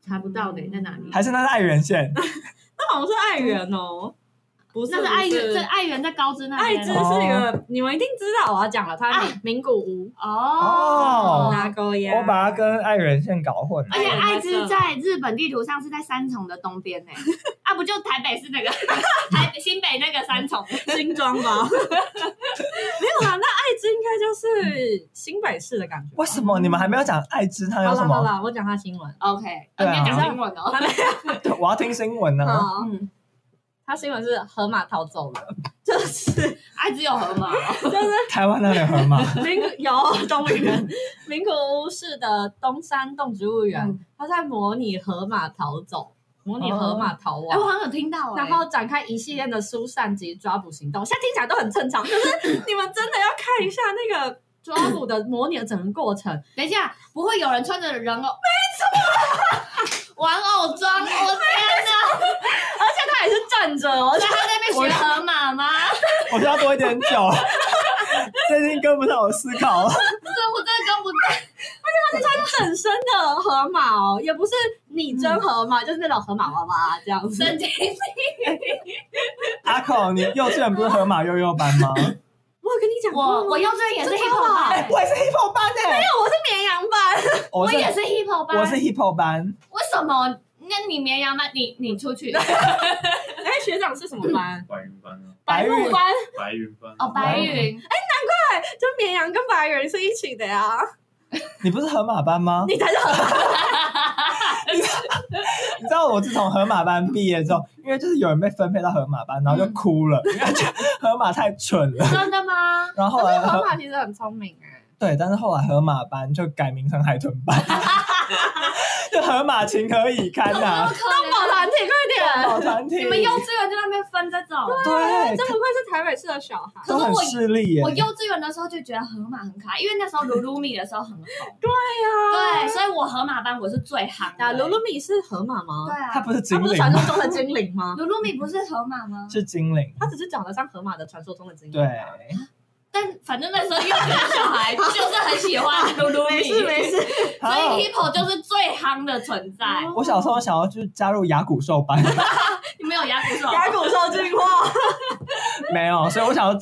S3: 查不到的在哪里？
S2: 还是那是爱媛县？
S4: 那好像是爱媛哦，不是，
S3: 那是爱媛，
S4: 不是
S3: 这爱媛在高知那
S4: 爱
S3: 边哦
S4: 知是一个，你们一定知道我要讲了，它是
S3: 啊
S4: 名古屋、
S3: 哦
S2: 哦。
S4: 拉勾耶，
S2: 我把它跟爱媛县搞混了
S3: 而。且
S4: 哎
S3: 爱知在日本地图上是在三重的东边呢，啊，不就台北是那个台北新北那个三重？
S4: 新庄吧。 没有啦，那爱知应该就是新北市的感觉吧。
S2: 为什么你们还没有讲爱知？它有
S4: 好
S2: 什
S4: 啦哦好
S2: 么？
S4: 啦，我讲它新闻。
S3: OK，
S2: 对
S3: 你
S2: 啊
S3: 要讲英文哦。
S2: 对我要听新闻呢。
S4: 好，
S3: 嗯，
S4: 它新闻是河马逃走了，就是
S3: 爱知有河马哦，
S4: 就是
S2: 台湾那里有河马？
S4: 名古 有动物园，名古屋市的东山动植物园
S3: 嗯，
S4: 它在模拟河马逃走，模拟河马逃
S3: 哎，我
S4: 亡。
S3: 好像有听到哎。
S4: 然后展开一系列的疏散及抓捕行动，现在听起来都很正常，可是你们真的要看一下那个抓捕的模拟的整个过程，
S3: 等一下，不会有人穿着人偶？没错， 玩偶装！我天哪！
S4: 而且他也是站着哦，
S3: 在他在那边学河马吗？
S2: 我需要多一点酒。 最近跟不上我思考，
S3: 这我真的跟不上。
S4: 整身的河马哦，也不是拟真河马，就是那种河马娃娃这样子。
S3: 神嗯经病！
S2: 阿口，你幼稚园不是河马幼幼班吗？
S4: 我有跟你讲过吗
S3: 我我幼稚园也是
S4: 真的
S3: hippo
S4: 吗
S2: 哎
S3: 班，
S2: 我也是 hippo 班哎，
S4: 我是绵羊版，
S2: 我
S3: 我
S2: 是
S3: 也是 hippo 班。
S2: 我是 hippo 班，
S3: 为什么？那你绵羊班，你你出去
S4: 哎，学长是什么班？
S5: 白云班啊，
S2: 白
S4: 鹿
S2: 玉
S4: 班，
S5: 白云班
S3: 哦，白云。
S4: 就绵羊跟白人是一起的呀。
S2: 你不是河马班吗？
S4: 你才是河马，
S2: 你知道我自从河马班毕业之后，因为就是有人被分配到河马班，然后就哭 了，因为觉得河马太蠢了。
S3: 真的吗？
S2: 然后后
S4: 可
S2: 来
S4: 是河
S2: 河
S4: 马其实很聪明哎。
S2: 对，但是后来河马班就改名成海豚班， 就河马情何以堪
S3: 怎
S2: 呐、
S3: 么
S2: 啊！
S3: 可能？
S4: 抱团体，快
S2: 好
S4: 点！
S2: 团体，
S3: 你们幼稚园就在那边分这种。
S2: 哦对
S4: 啊哎这不愧是台北市的小孩。
S3: 可
S2: 都
S3: 是
S2: 很
S3: 我
S2: 势利耶
S3: 我。幼稚园的时候就觉得河马很可爱，因为那时候鲁鲁米的时候很红。
S4: 对
S3: 对，所以我河马班我是最夯
S4: 那
S3: 的。
S4: 鲁鲁米是河马
S3: 对
S4: 吗？
S2: 它
S3: 啊，
S2: 不是
S4: 它
S2: 精
S4: 不是
S2: 灵
S4: 传
S2: 吗，
S4: 说中的精灵吗？
S3: 鲁鲁米不是河马吗？
S2: 是精灵。
S4: 它只是长得像河马的传说中的精灵。
S2: 对，
S3: 但反正那时候幼稚园小孩就是很喜欢鲁鲁米，
S4: 没事没事，
S3: 所
S2: 好
S3: 以 hippo 就是最夯的存在。
S4: 哦
S2: 我小时候想要去加入雅古兽班，
S3: 你们有牙骨兽？
S4: 甲骨兽进化。
S2: 没有，所以我想要，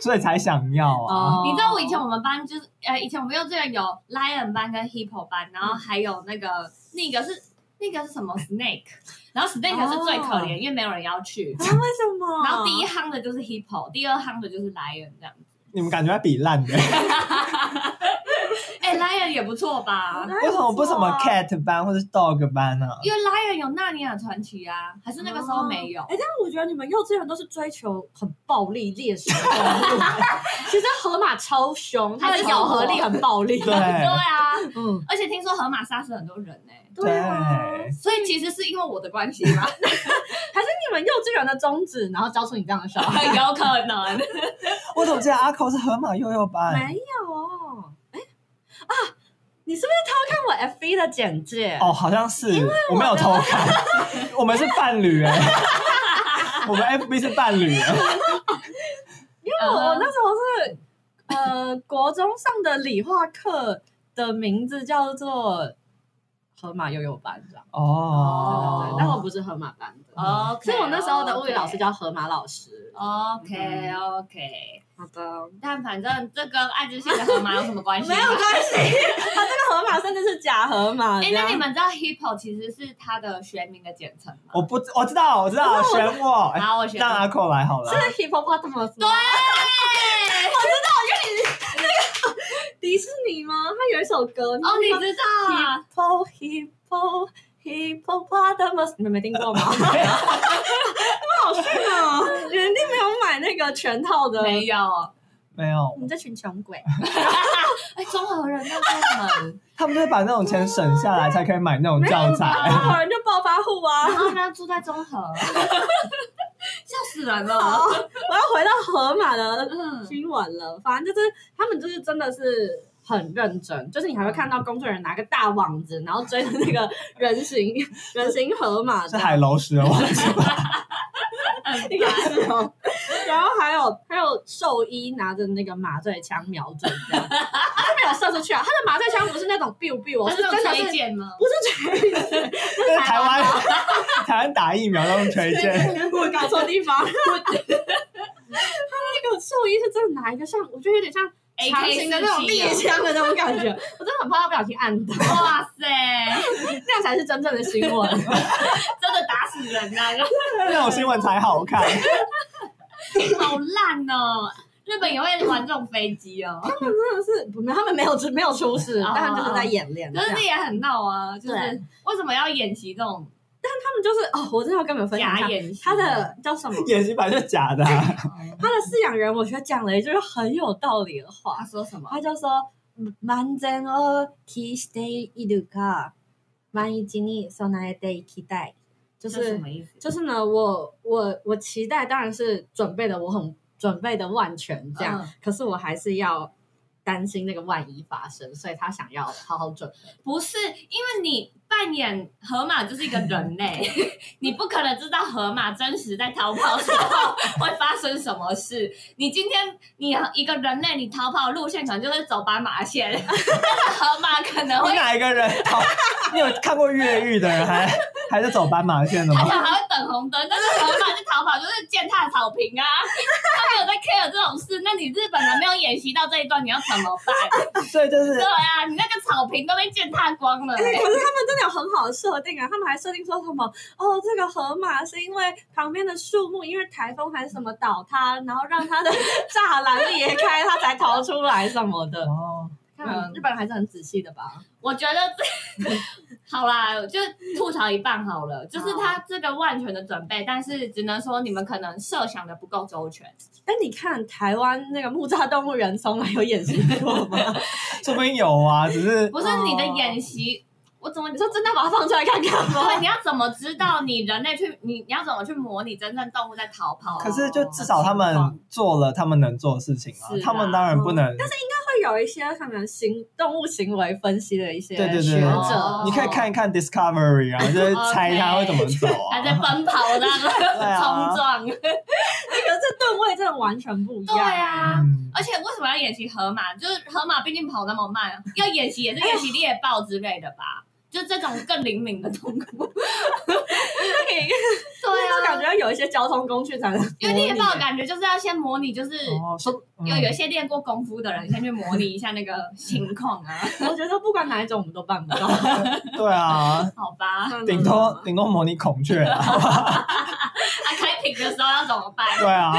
S2: 所以才想要
S4: 哦
S2: 啊。
S3: 你知道我以前我们班就是呃，以前我们幼稚园有 lion 班跟 hippo 班，然后还有那个那个是那个是什么 snake，然后 snake 是最可怜，因为没有人要去。
S4: 啊？为什么？
S3: 然后第一夯的就是 hippo，第二夯的就是 lion 这样子。
S2: 你们感觉在比烂的，
S3: 哎、哎，Lion 也不错吧？
S2: 为什么不什么
S4: 哎啊
S2: cat 班或者是 dog 班啊呢、
S3: 因为 Lion 有纳尼亚传奇啊，还是那个时候没有？
S4: 哎、但我觉得你们幼稚园都是追求很暴力猎食动物， 其实河马超凶，它的咬合力很暴力。
S2: 对
S3: 对啊，
S4: 嗯，
S3: 而且听说河马杀死很多人呢、
S4: 对啊，
S3: 所以其实是因为我的关系吗？
S4: 还是你们幼稚园的宗旨，然后教出你这样的小孩？
S3: 有可能。
S2: 我怎么记得阿寇是河马幼幼班？
S4: 没有哦，哎、啊，你是不是偷看我 FB 的简介？
S2: 哦，好像是，我没有偷看，我们是伴侣哎、我们 FB 是伴侣哎、
S4: 因为我我那时候是呃国中上的理化课的名字叫做河马幼幼班，这样。对对
S2: 哦
S4: 对，，但我不是河马班的。
S3: OK，
S4: 所以我那时候的物理老师叫河马老师。
S3: OK OK，
S4: 嗯好的，
S3: 但反正这跟爱之心的河马有什么关 系？
S4: 没有关。系，啊他这个河马甚至是假河马。
S3: 哎、
S4: 这样
S3: 那你们知道 hippo 其实是它的学名的简称吗？
S4: 哦
S2: 我不我知道我知道，选我，哎
S3: 好，我学
S2: 让阿寇来好了
S4: 是。hippopotamus 对，
S3: 哦
S4: 迪士尼吗？他有一首歌
S3: 哦，你知道
S4: hippo hippo hippopotamus，你们没听过吗？好炫哦！人家没有买那个全套的，
S3: 没有？
S2: 没有，
S4: 你这群穷鬼。
S3: 哎、中和人那 个门，
S2: 他们就是把那种钱省下来才可以买那种教
S4: 然
S2: 材。
S4: 后有人就暴发户啊！
S3: 然后呢住在中 和，笑死人
S4: 好，
S3: 了。
S4: 我要回到河马的
S3: 嗯，
S4: 新闻了。反正就是他们就是真的是很认真，就是你还会看到工作人员拿个大网子，然后追着那个人形 人形河马
S2: 是
S4: 的，
S2: 海哦楼石的网 址吧，
S4: 应该是哦。然后还有还有兽医拿着那个麻醉枪瞄准这样，他没有射出去啊。他的麻醉枪不是那种 biu biu，哦是
S3: 是
S4: 真的
S3: 推
S4: 是。
S3: 荐吗？
S4: 不是垂直，
S2: 那台湾台湾打疫苗都用推荐，
S4: 我搞错地方。他那个兽医是真的拿一个像，我觉得有点像
S3: AK
S4: 长形的那种猎
S3: 47
S4: 枪的那种感觉，我真的很怕他不小心按到。
S3: 哇塞，
S4: 那样才是真正的新闻。
S3: 真的打死人呐、啊！
S2: 那种新闻才好看。
S3: 好烂哦！日本也会玩这种飞机哦，
S4: 真的是不，他们没有出没有出事，
S3: 哦
S4: 但他们就是在演练。
S3: 可是
S4: 这
S3: 这
S4: 样
S3: 也很闹啊，就是
S4: 对
S3: 为什么要演习这种
S4: 他们就是哦，我真的要跟你们分享一
S3: 假
S4: 下
S3: 演习？哦
S4: 他的叫什么？
S2: 演习版就是假的啊、
S4: 他的饲养员，我觉得讲了一句很有道理的话
S3: 他，说什么？
S4: 他就说“万全を期しているか、万一に備えていきたい”，就
S3: 就是什么意思？
S4: 就是呢，我我我期待当然是准备的，我很准备的万全这样，
S3: 嗯
S4: 可是我还是要担心那个万一发生，所以他想要好好准备。
S3: 不是，因为你扮演河马就是一个人 类，你不可能知道河马真实在逃跑时候会发生什么事。你今天你一个人类，你逃跑路线可能就是走斑马线， 但是河马可能
S2: 你
S3: 会。
S2: 哪一个人逃？你有看过越狱的人还还在走斑马线的
S3: 它
S2: 吗
S3: 可？能还会等红灯，但是河马就逃跑，就是践踏草坪啊，他没有在 care 这种事。那你日本人没有演习到这一段，你要怎么办？
S2: 所以就是
S3: 对啊，你那个草坪都被践踏光了、欸
S4: 哎、可是他们真的有很好的设定啊！他们还设定说什么哦，这个河马是因为旁边的树木因为台风还是什么倒塌，然后让它的栅栏裂开，它才逃出来什么的。
S2: 哦，
S4: 看日本人还是很仔细的吧？
S3: 我觉得这好啦，就吐槽一半好了，就是他这个万全的准备，但是只能说你们可能设想的不够周全。
S4: 但你看台湾那个木栅动物园从来有演习过吗？
S2: 说不定有啊，只是
S3: 不是你的演习，我怎么
S4: 你说真的把它放出来看看吗？
S3: 对？你要怎么知道你人类去你你要怎么去模拟真正动物在逃跑？
S2: 可是就至少他们做了他们能做的事情啊
S3: 是，啊
S2: 他们当然不能。
S4: 会有一些可能行动物行为分析的一些
S2: 对对对
S4: 学者，
S3: 哦
S2: 你可以看一看 Discovery 啊，就是猜他会怎么走
S3: 还在
S2: 啊。
S3: 奔跑这样冲撞，
S4: 可是这吨位真的完全不一样。
S3: 对啊。
S2: 嗯，
S3: 而且为什么要演习河马？就是河马毕竟跑那么慢，啊要演习也是演习猎豹之类的吧？就这种更灵敏的动物。啊
S4: 对，
S3: 对啊
S4: 就感觉要有一些交通工具才能模拟，
S3: 因为猎豹感觉就是要先模拟，就是
S2: 哦，说嗯
S3: 啊有有一些练过功夫的人先去模拟一下那个情况啊，
S4: 我觉得不管哪一种我们都办 不到，
S2: 对啊，
S3: 好吧？啊，
S2: 顶多顶多模拟孔雀啊，
S3: 啊开屏的时候要怎
S2: 啊
S3: 么办？
S2: 对啊，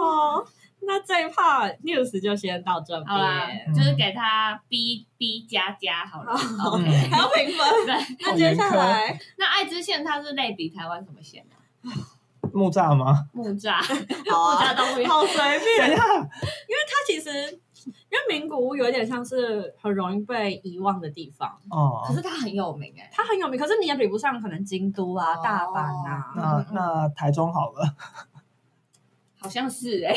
S4: 哦。那那这一 part news 就先到这
S3: 好啦
S4: 边，，
S3: 就是给他 B B 加加好了。
S2: 嗯
S3: OK，
S4: 还要评分。
S3: 对。
S4: 那接下来
S3: 那爱知县它是类比台湾什么县啊？
S2: 木栅吗？
S3: 木栅，
S4: 好
S3: 木
S4: 啊
S3: 栅，动物园。
S4: 好随便
S2: 等一。下，
S4: 它其实因为名古屋有点像是很容易被遗忘的地方，
S2: 哦
S3: 可，是它很有名哎。
S4: 它很有名，可是你也比不上可能京都啊、
S3: 哦
S4: 大阪啊。
S2: 那那台中好了，
S3: 好像是哎、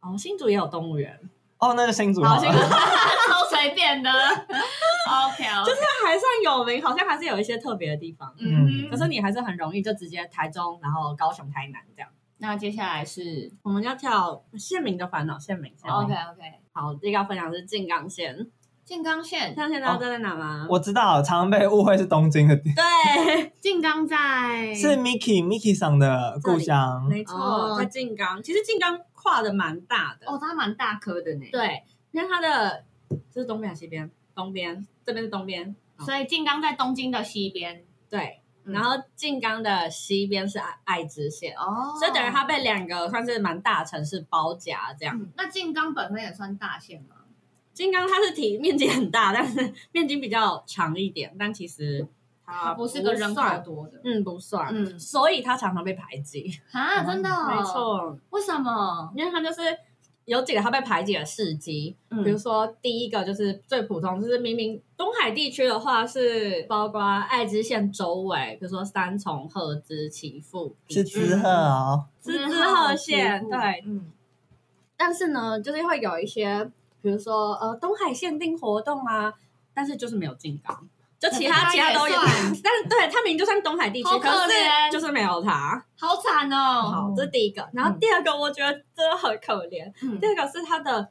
S4: 哦，新竹也有动物园，
S2: 哦，那就新竹
S4: 好
S2: 好
S4: 新
S2: 了。
S4: 竹
S3: 超随便的。OK，, o
S4: 就是它还算有名，好像还是有一些特别的地方。
S3: 嗯
S4: 可
S3: 哼，
S4: 是你还是很容易就直接台中，然后高雄、台南这样。
S3: 那接下来是
S4: 我们要跳县民的烦恼，县民。县民
S3: OK OK，
S4: 好，第一个要分享的是静冈县，
S3: 静冈县
S4: 静，冈县大家知道在哪吗？
S2: 我知道，常被误会是东京的地，
S4: 对，
S3: 静冈在
S2: 是 Miki Miki 桑的故乡。
S4: 没错，
S3: 哦
S4: 在静冈。其实静冈跨的蛮大的，
S3: 哦，它蛮大颗的呢。，
S4: 对，因为它的这是东边还是西边？东边，这边是东边，
S3: 所以静冈在东京的西边
S4: 对。
S3: 嗯
S4: 然后静冈的西边是爱爱知县，
S3: 哦
S4: 所以等于它被两个算是蛮大城市包夹这样。
S3: 嗯那静冈本身也算大县吗？
S4: 静冈它是体面积很大，但是面积比较长一点，但其实它
S3: 它不是个人口
S4: 算，
S3: 多的
S4: 嗯，不算，
S3: 啊嗯
S4: 所以它常常被排挤。
S3: 啊，真的哦
S4: 没，错，
S3: 为什么？
S4: 因为它就是有几个它被排挤的事迹，
S3: 嗯
S4: 比如说第一个就是最普通，就是明明东海地区的话是包括爱知县周围，比如说三重、鹤之、岐阜地
S2: 是
S4: 区，
S2: 滋贺哦，
S4: 是滋贺县对
S3: 嗯，
S4: 但是呢，就是会有一些，比如说呃东海限定活动啊，但是就是没有进港。就其他
S3: 可
S4: 其
S3: 是
S4: 他
S3: 它也
S4: 都有
S3: 算，
S4: 但是对它明明就算东海地区，
S3: 好
S4: 可
S3: 可
S4: 是
S3: 怜
S4: 就是没有它。
S3: 好惨哦。
S4: 好，这是第一个。然后第二个，我觉得真的很可怜。
S3: 嗯
S4: 第二个是它的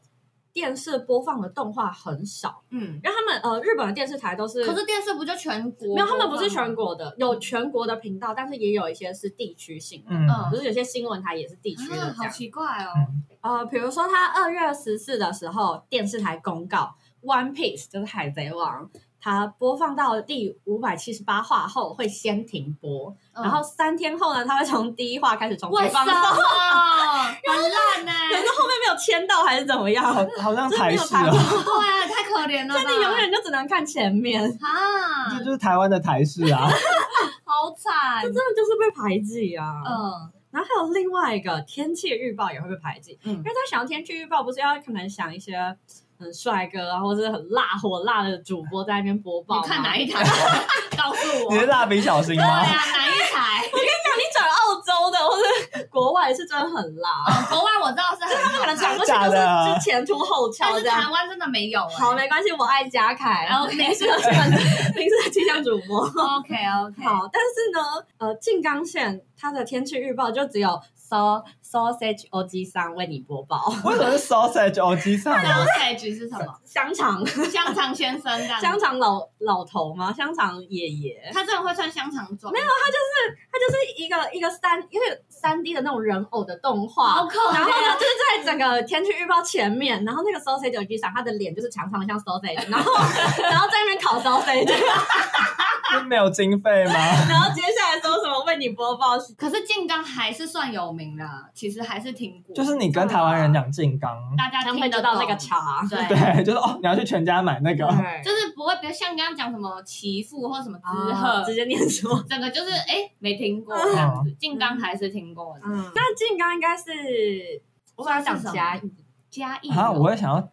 S4: 电视播放的动画很少，
S3: 嗯，
S4: 因为他们呃日本的电视台都是，
S3: 可是电视不就全国？
S4: 没有他们不是全。国的，嗯有全国的频道，但是也有一些是地区性的，
S2: 嗯，
S3: 嗯
S4: 就是有些新闻台也是地区
S3: 啊
S4: 的，这
S3: 好
S4: 样。
S3: 奇怪哦。
S4: 呃，比如说他二月十四的时候，电视台公告《One Piece》就是海贼王。它播放到第五百七十八话后会先停播，
S3: 嗯
S4: 然后三天后呢，它会从第一话开始重
S3: 为
S4: 新
S3: 什
S4: 放送。
S3: 么？ 很烂呢、
S4: 可是后面没有签到还是怎么样？
S2: 好好像
S4: 真的没
S2: 台
S4: 有
S2: 式
S4: 台湾，
S2: 哦，
S3: 对啊，太可怜了吧！
S4: 那你永远就只能看前面，
S3: 啊，
S2: 这就是台湾的台式啊。
S3: 好惨。
S4: 真的就是被排挤啊。
S3: 嗯
S4: 然后还有另外一个天气预报也会被排挤，因
S3: 嗯
S4: 为，他想天气预报不是要可能想一些很帅哥啊，或者是很辣火辣的主播在那边播报吗。
S3: 嗯你看哪一台？ 告诉我。
S2: 你是
S3: 对
S2: 蜡笔小新吗
S3: 啊，？哪一 台？
S4: 你讲澳洲的或者国外是真的很辣，
S3: 哦国外我知道是很
S4: 可
S3: 好
S4: 能
S3: 看，
S4: 转过去
S2: 假
S4: 都
S2: 的
S4: 是就前凸后翘
S3: 但
S4: 这
S3: 是台
S4: 样。
S3: 湾真的没有、欸。
S4: 好，没关系，我爱嘉凯，
S3: 然后没事。
S4: 您是气象主播。
S3: OK OK。
S4: 好，但是呢，呃，静冈县它的天气预报就只有 sau sausage o g 桑为你播报
S2: 为什么是 sausage 哦，鸡上啊？
S3: Sausage 是什 么？
S4: 香肠
S3: 香肠先生这样。
S4: 香，肠老老头吗？香肠爷爷，
S3: 他真的会穿香肠装？没有，啊
S4: 它就是一个一个三，因为三 D 的那种人偶的动
S3: 好
S4: 画。
S3: 可怜。
S4: 然后呢，就是在整个天气预报前面，然后那个 sausage o g 桑他的脸就是长长的像 sausage，然后 然后在那边烤 sausage，
S2: 是没有经费 吗？
S4: 然后接下来说什么为你播报
S3: 可是静冈还是算有名啦，其实还是挺过，
S2: 就是你跟台湾人讲静冈，
S3: 大家
S4: 将
S3: 听
S4: 会
S3: 得
S4: 得
S3: 懂
S4: 到那个，茶，
S3: 对，
S2: 对，就是哦，你要去全家买那个，
S4: 对，
S3: 就是不会，比如像刚刚讲什么岐阜或什么之
S4: 啊
S3: 贺
S4: 直，接念出。
S3: 整个就是哎没听过这样
S2: 哦
S3: 子，静冈还是听过的。
S4: 嗯，那静冈应该是我本来想
S3: 是什么
S4: 嘉义，
S3: 嘉义
S2: 啊，
S3: 有
S2: 我会想要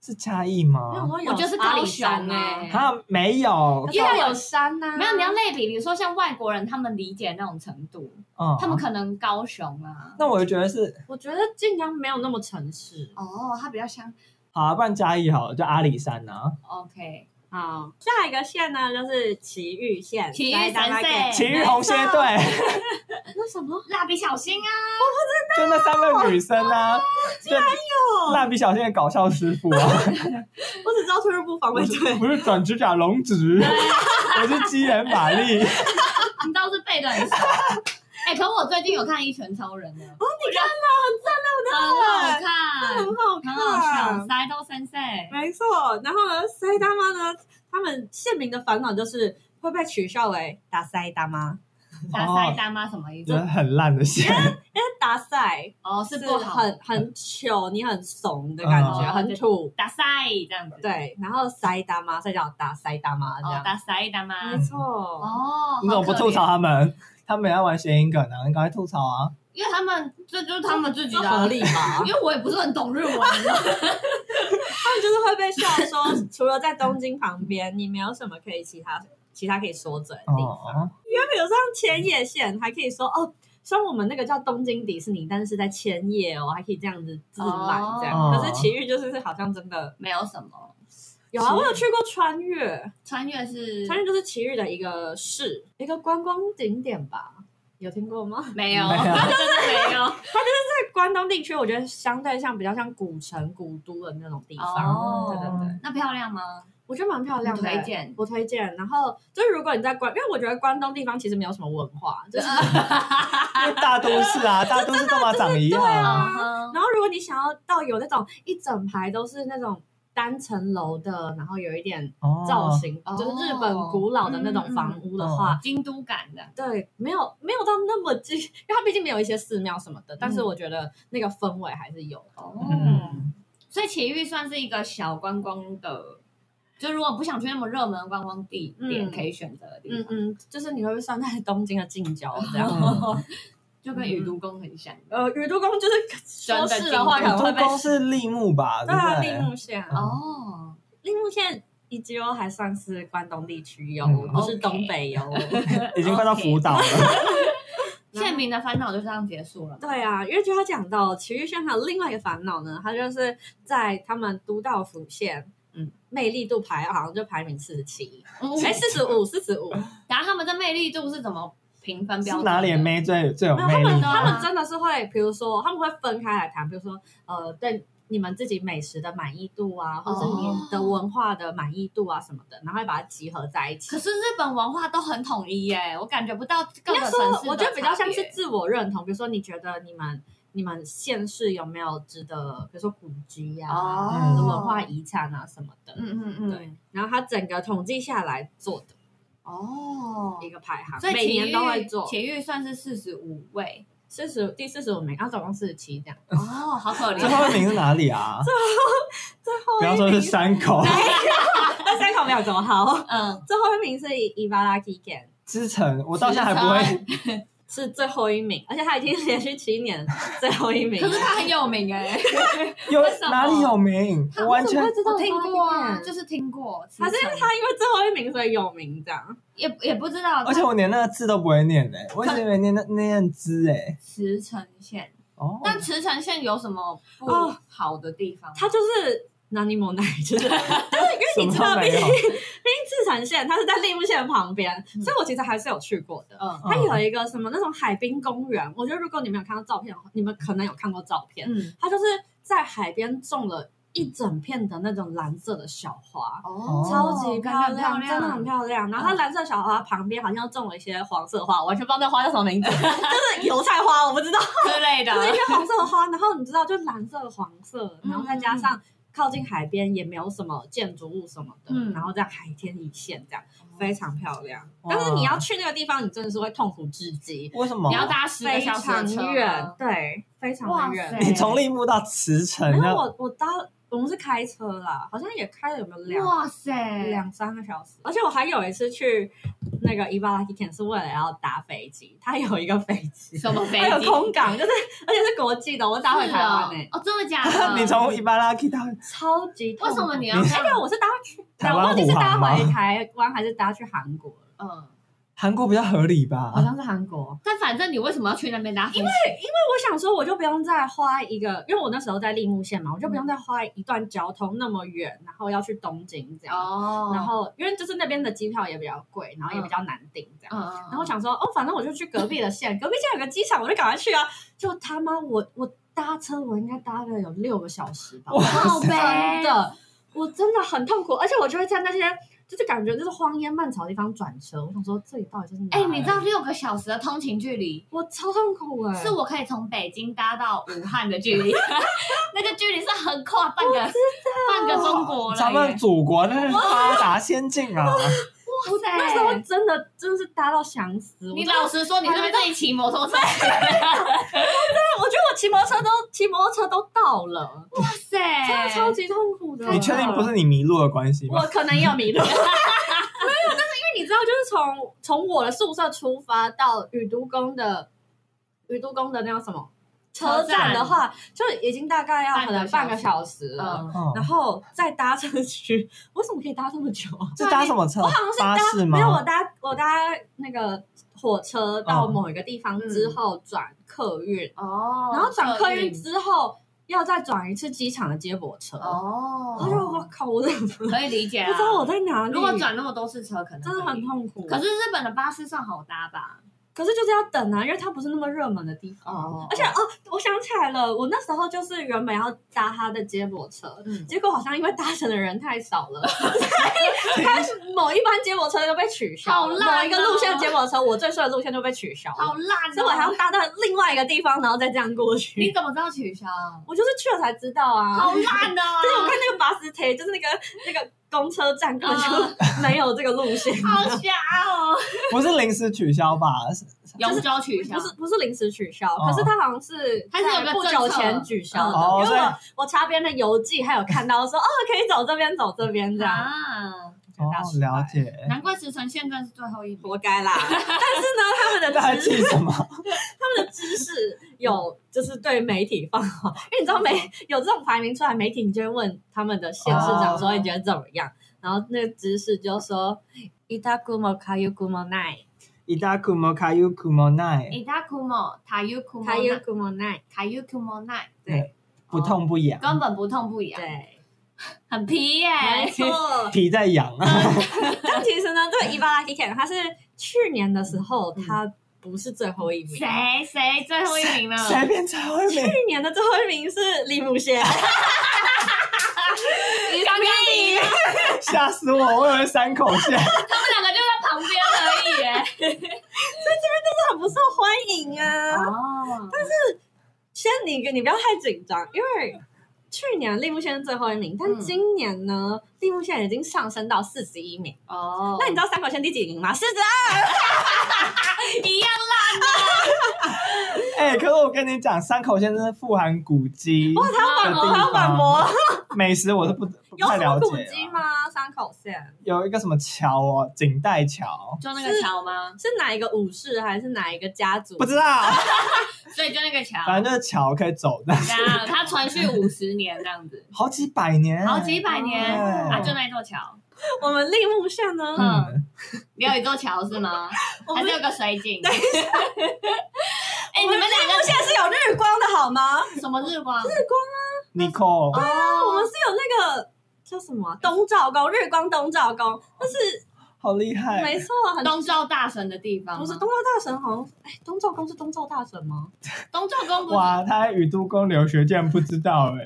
S2: 是嘉义
S4: 因为我
S2: 吗？
S4: 说有
S3: 我就是
S4: 阿
S3: 高
S4: 里
S3: 雄
S4: 山
S3: 哎
S4: 啊，
S2: 啊，没有
S4: 可，是要有山啊呐，
S3: 没有，你要类比，比如说像外国人他们理解那种程度，
S2: 嗯，
S3: 他们可能高雄啊，
S2: 那我就觉得是
S4: 我觉得静冈没有那么城市。
S3: 哦，他比较像
S2: 好啊，不然嘉义好了，就阿里山啊，
S3: OK，
S4: 好，下一个县呢就是埼玉县，
S3: 埼玉
S4: 来大家
S3: 神社
S4: 给
S2: 奇遇红蝎队，
S4: 那什么
S3: 蜡笔小新啊，
S2: 就那三个女生啊，就蜡笔小新的搞笑师傅啊，
S4: 我只知道退入部防卫
S2: 我是
S4: 队。
S2: 不是转指甲龙指，我是机人玛丽，
S3: 你倒是背的很熟。哎，可我最近有看《一拳超人》呢，哦，你看了，很赞
S4: 真
S3: 很
S4: 的好
S3: 好看，很好笑，塞都三塞。
S4: 没错。然后呢，塞大妈呢，他们县民的烦恼就是会被取笑为打塞大妈，
S2: 哦
S3: 打塞大妈什么意思
S2: 觉？得很烂的线，
S4: 打赛
S3: 哦，是
S4: 是
S3: 不好，
S4: 很很糗，你很怂的感觉，
S3: 嗯
S4: 很土。
S3: 打塞这样子，
S4: 对，然后塞大妈，塞叫打塞大妈这
S3: 哦
S4: 样，，嗯
S3: 打塞的吗？
S4: 没错。
S3: 哦，
S2: 你怎么不吐槽
S3: 好可怜？
S2: 他们？他们也要玩谐音梗啊，你赶快吐槽啊！
S3: 因为他们这就是他们自己
S4: 这
S3: 的啊
S4: 合理吧？
S3: 因为我也不是很懂日文，啊你知道吗
S4: 他们就是会被笑说，除了在东京旁边，你没有什么可以其他其他可以说嘴的地方。
S2: 哦，
S4: 因为比如像千叶县，还可以说哦，像我们那个叫东京迪士尼，但是在千叶哦，还可以这样子自满这样。
S2: 哦
S4: 可是奇遇就是好像真的
S3: 没有什么
S4: 有啊，我有去过穿越，
S3: 穿越是
S4: 穿越就是奇遇的一个市，一个观光景点吧。有听过吗？
S3: 没有，
S2: 没有
S3: 真的没有。
S4: 在关东地区，我觉得相对像比较像古城、古都的那种地方，
S3: 哦
S4: 对对对，
S3: 那漂亮吗？
S4: 我觉得蛮漂亮的。欸
S3: 推荐
S4: 我推荐。然后就是如果你在关，因为我觉得关东地方其实没有什么文化，就是
S2: 因为大都市啊，大都市都嘛长一样啊。
S4: 啊然后如果你想要到有那种一整排都是那种单层楼的，然后有一点
S2: 哦
S4: 造型，
S3: 哦
S4: 就是日本古老的那种房屋的话，
S3: 京都感的，
S4: 对，没有没有到那么近，因为它毕竟没有一些寺庙什么的，但是我觉得那个氛围还是有。
S3: 哦，
S2: 嗯，
S3: 所以奇遇算是一个小观光的，就如果不想去那么热门的观光地点，
S4: 嗯
S3: 可以选择的地
S4: 嗯
S3: 方，
S4: 嗯，就是你会不会算在东京的近郊这样？
S2: 嗯
S3: 就跟宇都宫很像。
S4: 呃，宇都宫就是说
S3: 真的
S4: 是的话，
S3: 近
S4: 可能
S3: 郊
S2: 宇
S4: 会
S2: 都
S4: 被
S2: 宫是立木吧？
S4: 对
S2: 对
S4: 啊，
S2: 不
S4: 立
S2: 对？
S4: 木县，
S2: 嗯
S3: 哦，
S4: 立木县。一及还算是关东地区哟，
S2: 嗯
S4: 不是
S3: OK
S4: 东北哟。
S2: 已经快到福岛了。
S3: 县民的烦恼就这样结束 了。
S4: 对啊，因为就他讲到奇遇县还有另外一个烦恼呢，他就是在他们都道府县，嗯，魅力度排好像就排名四十七，哎，
S3: 哎，
S4: 四十五，四十五，
S2: 哦
S3: 然后他们的魅力度是怎么评分标
S2: 是
S3: 准？
S2: 哪里的？妹最最有
S4: 没有他
S2: 魅
S4: 们
S2: 力？
S4: 他们真的是会，比如说他们会分开来谈，比如说呃，对你们自己美食的满意度啊，或者是你的文化的满意度啊什么的，然后会把它集合在一起
S3: 可。是日本文化都很统一耶，我感觉不到各
S4: 应该
S3: 个
S4: 说
S3: 城市的差，别。
S4: 我觉得比较像是自我认同，比如说你觉得你们。你们县市有没有值得，比如说古迹呀、
S3: 哦
S4: 或者是文化遗产啊什么的？
S3: 嗯嗯嗯，
S4: 对，然后它整个统计下来做的
S3: 哦，
S4: 一个排行，
S3: 所以
S4: 每
S3: 体
S4: 年
S3: 育
S4: 都会做。
S3: 体育算是四十五位
S4: 四十第四十五名，然后总共四十七这样。
S3: 哦，好可
S2: 最
S3: 怜。
S2: 后一名是哪里啊？不要说是山口
S4: 没有，那三口没有这么好。
S3: 嗯，
S4: 最后一名是伊巴拉基 n
S2: 之城，我到现在还不会。
S4: 是最后一名，而且他已经连续七年最后一名了。
S3: 可是他很有名哎，
S2: 有
S3: 为什么
S2: 哪里有名？我完
S4: 你怎
S2: 全
S4: 么会知道
S3: 我听过啊，
S4: Ibaraki-Ken？
S3: 就是听过，
S4: 他是因为他因为最后一名所以有名这样。
S3: 也也不知道，
S2: 而且我连那个字都不会念嘞、我一直以为念那那念字哎、
S3: 茨城县，
S2: 哦，
S3: 但茨城县有什么不
S4: 哦
S3: 好的地方吗？
S4: 他就是南尼莫奈，就是
S2: 什
S4: 因为你
S2: 么
S4: 知
S2: 都
S4: 道，毕
S2: 没
S4: 竟
S2: 有。
S4: 赤城县它是在立木县旁边，所以我其实还是有去过的。
S3: 嗯
S4: 它有一个什么那种海滨公园，我觉得如果你们有看到照片的话，你们可能有看过照片，
S3: 嗯，
S4: 它就是在海边种了一整片的那种蓝色的小花。
S3: 哦
S4: 超级漂亮，嗯真的很
S3: 亮。
S4: 漂亮。然后它蓝色小花旁边好像种了一些黄色花，我完全不知道那花叫什么名字， 就是油菜花，我不知道，
S3: 之类的
S4: 就，是一些黄色的花。然后你知道，就蓝色、黄色，然后再
S3: 嗯
S4: 加上靠近海边也没有什么建筑物什么的，
S3: 嗯哦
S4: 然后这样海天一线这样。非常漂亮。
S2: 哇
S4: 但是你要去那个地方，你真的是会痛苦至极，
S2: 为什么
S3: 你？要搭十个
S4: 非
S3: 小时
S4: 常
S3: 的车吗
S4: 远，对，非常的远
S3: 哇。塞
S2: 你从立木到茨城，
S4: 然
S2: 那
S4: 后我我搭我们是开车啦，好像也开了有没有两
S3: 哇塞，
S4: 两三个小时。而且我还有一次去那个伊巴拉基肯是为了要搭飞机，它有一个飞机，
S3: 什么飞
S4: 它有
S3: 机？
S4: 空港，就是而且是国际的，我搭回台湾
S3: 哎是
S4: 呢，
S3: 哦，哦真的假的？
S2: 你从伊巴拉基到
S4: 超级痛
S3: 为
S4: 苦
S3: 什么你要这
S4: 那个
S3: 样？
S4: 我是搭去
S2: 台湾
S4: 我忘记是
S2: 虎
S4: 搭
S2: 航吗
S4: 回台湾还是搭去韩国了，
S3: 嗯，
S2: 韩国比较合理吧？
S4: 好像是韩国。
S3: 但反正你为什么要去那边搭飞机？
S4: 我想说，我就不用再花一个，因为我那时候在立木县嘛，我就不用再花一段交通那么远，然后要去东京这样。
S3: 哦
S4: 然后因为就是那边的机票也比较贵，然后也比较难订这样。
S3: 嗯，
S4: 然后我想说，哦，反正我就去隔壁的县，隔壁县有个机场，我就赶快去啊！就他妈我我搭车，我应该搭了有六个小时吧，
S2: 哇
S3: 靠
S2: 塞，
S4: 真
S3: 呗，
S4: 的，我真的很痛苦，而且我就会在那些就是感觉就是荒烟漫草的地方转车。我想说，这里到底是哪
S3: 哎、
S4: 里？
S3: 你知道六个小时的通勤距离，
S4: 我超痛苦哎、
S3: 是我可以从北京搭到武汉的 距离，那个距离是横跨半个半个中国了耶。
S2: 咱们祖国真是发达先进啊！
S3: 哇塞，
S4: 那时候真的真的是搭到想死，我
S3: 你
S4: 真的
S3: 老实说，你是不是自己骑摩托车？
S4: 骑摩托车都骑摩托车都到了，
S3: 哇塞，
S4: 真的超级痛苦的。
S2: 你确定不是你迷路的关系
S4: 我
S2: 吗？
S4: 可能也有迷路，没有，但是因为你知道，就是从从我的宿舍出发到宇都宫的宇都宫的那叫什么车站的话，就已经大概要可能半
S3: 半
S4: 个
S3: 个
S4: 小
S3: 小
S4: 时了。
S3: 嗯，
S2: 哦
S4: 然，后再搭车去，为什么可以搭这么久啊？
S2: 是搭什么车？
S4: 我好像是
S2: 巴士
S4: 搭
S2: 吗？
S4: 没有，我搭我搭那个火车到某一个地方之后转客运，
S3: 哦，
S4: 然后转客运之后要再转一次机场的接驳车。然后就我
S3: 哦，
S4: 靠，我怎么
S3: 可以理解哦
S4: 不
S3: 啊。
S4: 知道我在哪里？
S3: 如果转那么多次车，可能
S4: 真的
S3: 可
S4: 很
S3: 以
S4: 痛苦。
S3: 可是日本的巴士算好搭吧？
S4: 可是就是要等啊，因为它不是那么热门的地方。
S3: 哦
S4: 而且哦，我想起来了，我那时候就是原本要搭他的接驳车，
S3: 嗯
S4: 结果好像因为搭乘的人太少 了，所以
S3: 啊
S4: 他某一班接驳车就被取消，
S3: 好烂哦
S4: 某一个路线接驳车，我最顺的路线就被取消了，
S3: 好烂哦，
S4: 所以我还要搭到另外一个地方，然后再这样过
S3: 你
S4: 去。
S3: 怎么知道取 消？
S4: 我就是去了才知道啊，
S3: 好烂哦！
S4: 就是我看那个巴士贴，就是那个那个公车站根本
S3: 嗯
S4: 就没有这个路 线，
S3: 好瞎哦！
S2: 不是临时取消吧？是
S3: 永久取消
S4: 不是不是临时取消，
S2: 哦
S4: 可是他好像是
S3: 它是有
S4: 在
S3: 个
S4: 不
S3: 政策
S4: 久前取消
S2: 哦
S4: 的，因
S2: 所
S4: 为
S2: 以
S4: 我我查别人的游记，还有看到说 哦可以走这边走这边这样，
S3: 啊！
S2: 哦，了解。
S3: 难怪石城县站是最后一名。
S4: 活该 啦。但是呢，他们的
S2: 那还
S4: 知
S2: 记什么？
S4: 他们的知识有就是对媒体放话，因为你知道媒
S2: 嗯
S4: 有这种排名出来，媒体你就会问他们的县市长说哎
S3: 哦
S4: 你觉得怎么样，然后那个知识就说。伊达古莫卡尤古莫奈，
S2: 伊达库莫卡尤库莫奈，
S4: 哎
S3: 伊达库莫塔尤库莫
S4: 卡尤
S3: 奈
S4: 古莫奈，
S3: 塔尤库莫奈，
S4: 对
S2: 不痛不痒，
S4: 哦
S3: 根本不痛不痒，
S4: 对，
S3: 很皮耶。
S4: 没错，
S2: 皮在痒啊。
S4: 但其实呢，这个伊巴拉基肯他是去年的时候，
S2: 嗯
S4: 他不是最后一名。去
S3: 谁谁最后一名呢？
S4: 啊
S2: 谁变最后一名？
S4: 年的最后一名是李姆贤，哎
S3: 刚刚你
S2: 吓死我！我以为三口线。
S3: 他们两个就在旁边 而已耶。
S4: 他很不受欢迎啊。
S3: 哦，
S4: 先你你不要太紧张，因为去年利木县是最后一名，但
S3: 嗯
S4: 今年呢，利木县已经上升到四十一名。
S3: 哦
S4: 那你知道三口县第几名吗？四十二。
S3: 一样
S2: 哎、可是我跟你讲，三口线真是富含古迹，
S4: 他要反驳，他
S2: 有地
S4: 要反
S2: 方
S4: 驳。
S2: 美食我是不不
S4: 有
S2: 哦太
S4: 什么
S2: 了解
S4: 古
S2: 了
S4: 迹吗？三口县
S2: 有一个什么桥哦，锦带
S4: 哦
S2: 桥，
S3: 就那个桥吗？
S4: 是哪一个武士还是哪一个家族？
S2: 不知道，
S3: 所以就那个桥，
S2: 反正就是桥可以走的，
S3: 这样它传续五十年这 样子，
S2: 好几百年，
S3: 好几百年
S2: 哦
S3: 啊，就那一座桥，
S4: 我们利木县呢，
S3: 嗯
S2: 嗯，
S3: 你有一座桥是吗？
S4: 我
S3: 还
S4: 们
S3: 是有个水井？ 哎，你们两
S4: 现在是有日光的好吗？
S3: 个什么日光？
S2: n i c o
S4: 啊，我们是有那个叫什么啊东照宫，日光东照宫，但是
S2: 好厉害，
S4: 没错，很
S3: 东照大神的地方吗？
S4: 不是东照大神，好像哎，东照宫是东照大神吗？
S3: 东照宫不是？
S2: 哇，他在宇都宫留学竟然不知道哎、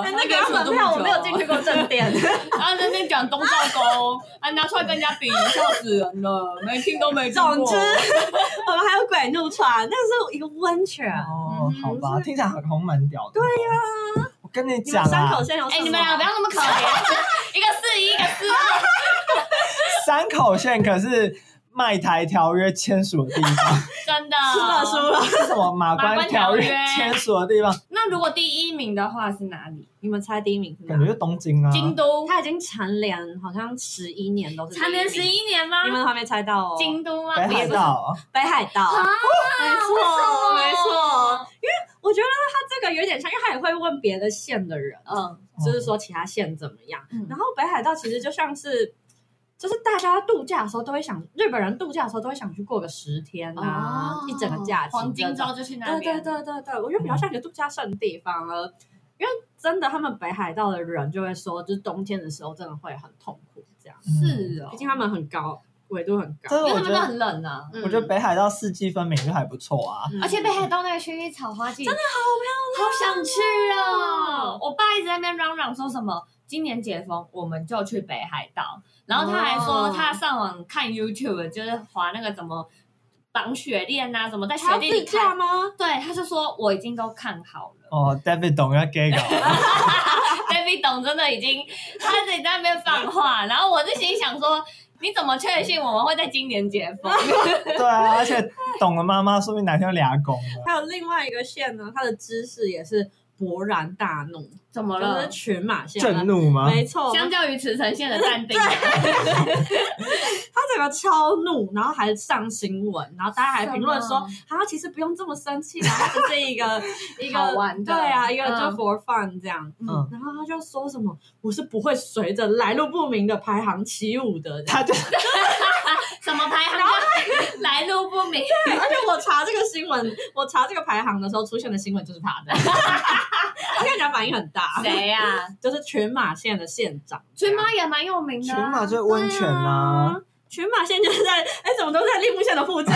S4: 哎那个门票我没有进去过正殿，
S3: 然后啊在那边讲东照宫，啊，拿出来跟人家比，笑死人了，没听都没听过。
S4: 总之 我们还有鬼怒川，那是一个温泉。
S2: 哦，
S3: 嗯
S2: 好吧，听起来好像蛮屌的。对呀、我跟你
S4: 你
S2: 讲
S4: 们山
S2: 啊
S4: 口，县有什
S3: 哎，
S4: 么？
S3: 你们俩不要那么可怜，一 个四一，一个四二。
S2: 山口县可是卖台条约签署的地方，
S3: 真的
S4: 输了输。了，
S2: 是什么马关条约
S3: 马关条约
S2: 签署的地方？
S3: 那如果第一名的话是哪里？
S4: 你们猜第一名是
S2: 感觉
S4: 哪？
S2: 就东京啊，
S3: 京都。
S4: 他已经蝉联好像十一年都是第一名
S3: 蝉联十，一年吗
S4: 你？们还没猜到哦。
S3: 京都吗？
S2: 北海道，
S4: 北海道，
S3: 啊
S4: 没
S3: 为什
S4: 错
S3: 么
S4: 没错，我觉得他这个有点像，因为他也会问别的县的人，
S3: 嗯，
S4: 就是说其他县怎么样。
S3: 嗯
S4: 然后北海道其实就像是，就是大家度假的时候都会想，日本人度假的时候都会想去过个十天啊，一整个假期
S3: 哦黄
S4: 这
S3: 金
S4: 种
S3: 周就去那
S4: 对对
S3: 边。
S4: 对对对，我觉得比较像一个度假胜地方了。因为真的，他们北海道的人就会说，就是冬天的时候真的会很痛苦，这样，
S3: 是哦
S4: 毕，竟他们很高，纬度很嗯高。
S2: 真的
S3: 因为
S2: 嗯我觉
S3: 他们都
S2: 得。
S3: 很冷啊。
S2: 我觉得北海道四季分明就还不错啊，
S4: 嗯
S3: 而且北海道那个薰衣草花季真的
S4: 啊
S3: 好漂亮，好想去哦！我爸一直在那边嚷嚷说什么今年解封我们就去北海道，然后他还说
S4: 哦
S3: 他上网看 YouTube 就是滑那个怎么绑雪链啊，怎么在雪
S4: 还要
S3: 地里
S4: 自
S3: 看
S4: 驾吗？
S3: 对，他就说我已经都看好了。
S2: 哦，David 懂要啊 gay 搞，
S3: David 董真的已经他自己在那边放话，然后我就心想说，你怎么确信我们会在今年解 封？
S2: 对啊，而且懂了妈妈，说不定哪天就俩拱了。
S4: 还有另外一个线呢，它的知识也是勃然大怒，
S3: 怎么
S4: 就
S3: 了
S4: 是？群马县
S2: 震怒吗？
S4: 没错，
S3: 相较于茨城县的淡定，
S4: 他整个超怒，然后还上新闻，然后大家还评论
S3: 什
S4: 说
S3: 么，
S4: 啊，其实不用这么生气啦，它只是一 个一个
S3: 好玩的
S4: 对啊，一个就
S3: 嗯
S4: for fun 这样。
S2: 嗯，
S4: 然后他就说什么，我是不会随着来路不明的排行起舞的。这样
S2: 他就
S3: 什么排行榜来路不明，
S4: 对，而且我查这个新闻，我查这个排行的时候出现的新闻就是他的， 他看起来反应很大，
S3: 谁呀？
S4: 就是群马县的县长。
S3: 群马也蛮有名的
S2: 群
S3: 啊，
S2: 马就是温泉呐、
S4: 对啊，群马县就是在，哎，怎么都在立木县的附近，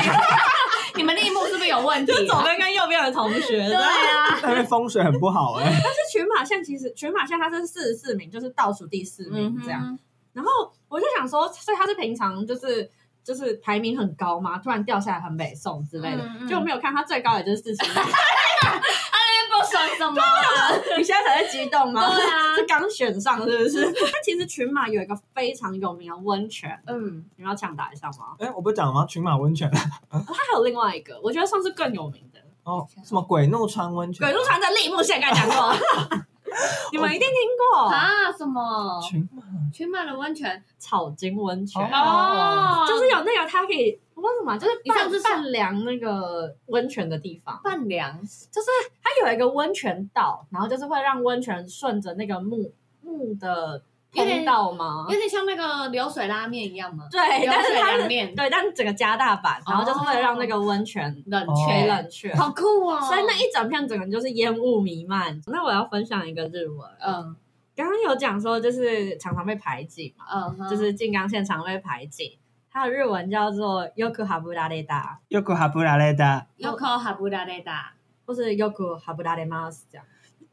S3: 你们立木是不是有问 题
S4: 就左
S3: 啊？
S4: 边跟右边的同学。
S3: 对啊，
S2: 那边风水很不好哎、
S4: 是群马县，其实群马县它是四十四名，就是倒数第四名这样。
S3: 嗯
S4: 然后我就想说，所以它是平常就是就是排名很高嘛，突然掉下来很北宋之类的，
S3: 嗯嗯
S4: 就没有看它最高也就是四十名。
S3: 哼，不爽什么啊？
S4: 你现在才在激动吗？
S3: 对 啊
S4: 是刚选上是不是？ 但其实群马有一个非常有名的温泉，
S3: 嗯，
S4: 你们要抢答一下吗？
S2: 哎、我不是讲了吗？群马温泉
S4: 它还有另外一个，我觉得算是更有名的，
S2: 哦，什么鬼怒川温泉？
S4: 鬼路川在立木县，刚才讲过， 你们一定听过
S3: 啊，什么
S2: 群
S3: 群马的温泉？
S4: 草金温泉。
S2: 哦
S3: 哦，
S4: 就是有那个它可以，我不知道什么，就是
S3: 你上
S4: 半
S3: 次是
S4: 半凉那个温泉的地方，
S3: 半凉，
S4: 就是它有一个温泉道，然后就是会让温泉顺着那个木木的
S3: 有点
S4: 通道吗
S3: 有？点像那个流水拉面一样吗？
S4: 对，
S3: 流
S4: 但是
S3: 水
S4: 它
S3: 凉
S4: 是
S3: 面，
S4: 对，但是整个加大版，然后就是为了让那个温泉
S3: 冷
S4: 可以
S3: 却，
S2: 哦
S4: 冷却。
S3: 好酷哦！
S4: 所以那一整片整个就是烟雾弥漫。那我要分享一个日文，
S3: 嗯
S4: 刚刚有讲说就是常常被排挤嘛，
S3: 嗯哼，
S4: 就是静冈县常被排挤，它的日文叫做 yoku habudareda，
S2: 又过哈布拉雷达，
S3: 又靠哈布达雷达，
S4: 或是 yoku habudaremas 这样。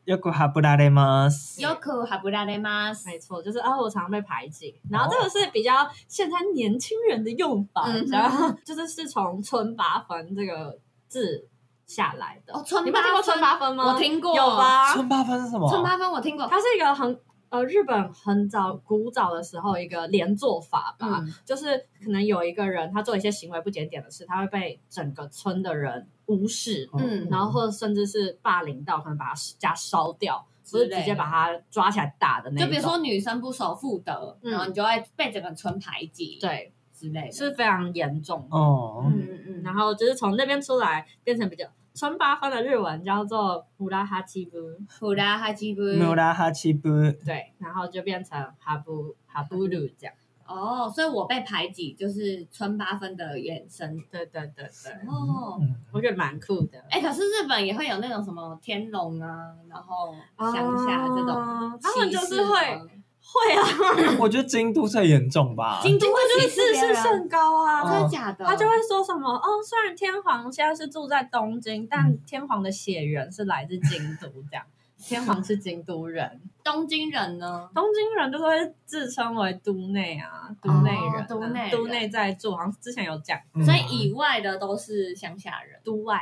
S2: 又过哈布拉雷吗？
S3: 又靠哈布达雷吗？
S4: 没错，就是啊，我常常被排挤。然后这个是比较现在年轻人的用法，
S3: 哦嗯哼
S4: 然后就是是从“村八分”这个字下来的。
S3: 哦，村
S4: 你们听过“村八分”吗？
S3: 我听过，
S4: 有？吧？
S2: 村八分是什么？
S3: 啊村八分我听过，
S4: 它是一个很呃日本很早古早的时候一个连坐法吧，
S3: 嗯
S4: 就是可能有一个人他做一些行为不检点的事，他会被整个村的人无视，
S3: 嗯
S4: 然后或者甚至是霸凌到可能把他家烧掉，不是
S3: 之类
S4: 直接
S3: 的
S4: 把他抓起来打的那一
S3: 就
S4: 种。
S3: 比如说女生不守妇德，
S4: 嗯
S3: 然后你就会被整个村排挤，
S4: 对，
S3: 之类的，
S4: 是非常严重的。
S2: 哦，
S3: 嗯嗯
S4: 然
S3: 嗯，
S4: 后就是从那边出来，变成比较村八方的日文叫做乌拉哈基布，
S3: 普拉哈基布，
S2: 努拉哈奇布，
S4: 对，然后就变成哈布哈布鲁这样。
S3: 哦，所以我被排挤就是村八分的衍生
S4: 对对对对，
S3: 哦。
S2: 嗯，
S4: 我觉得蛮酷的。
S3: 哎、可是日本也会有那种什么天龙啊，然后乡下这种、
S4: 种啊他们就是会
S3: 歧视吗
S4: 会啊，
S2: 我觉得京都最严重吧。
S3: 京都会
S4: 就是
S3: 歧视
S4: 自
S3: 别
S4: 视
S3: 人，嗯
S4: 甚高啊。
S3: 真
S2: 哦
S3: 的假的？
S4: 他就会说什么哦，虽然天皇现在是住在东京，但
S2: 嗯
S4: 天皇的血缘是来自京都，这 样天皇是京都人，
S3: 东京人呢，
S4: 东京人就是会自称为都内啊，都内人啊、
S3: 哦都内人
S4: 都内在住，好像之前有讲、
S2: 嗯
S3: 所以以外的都是乡下人
S4: 都外，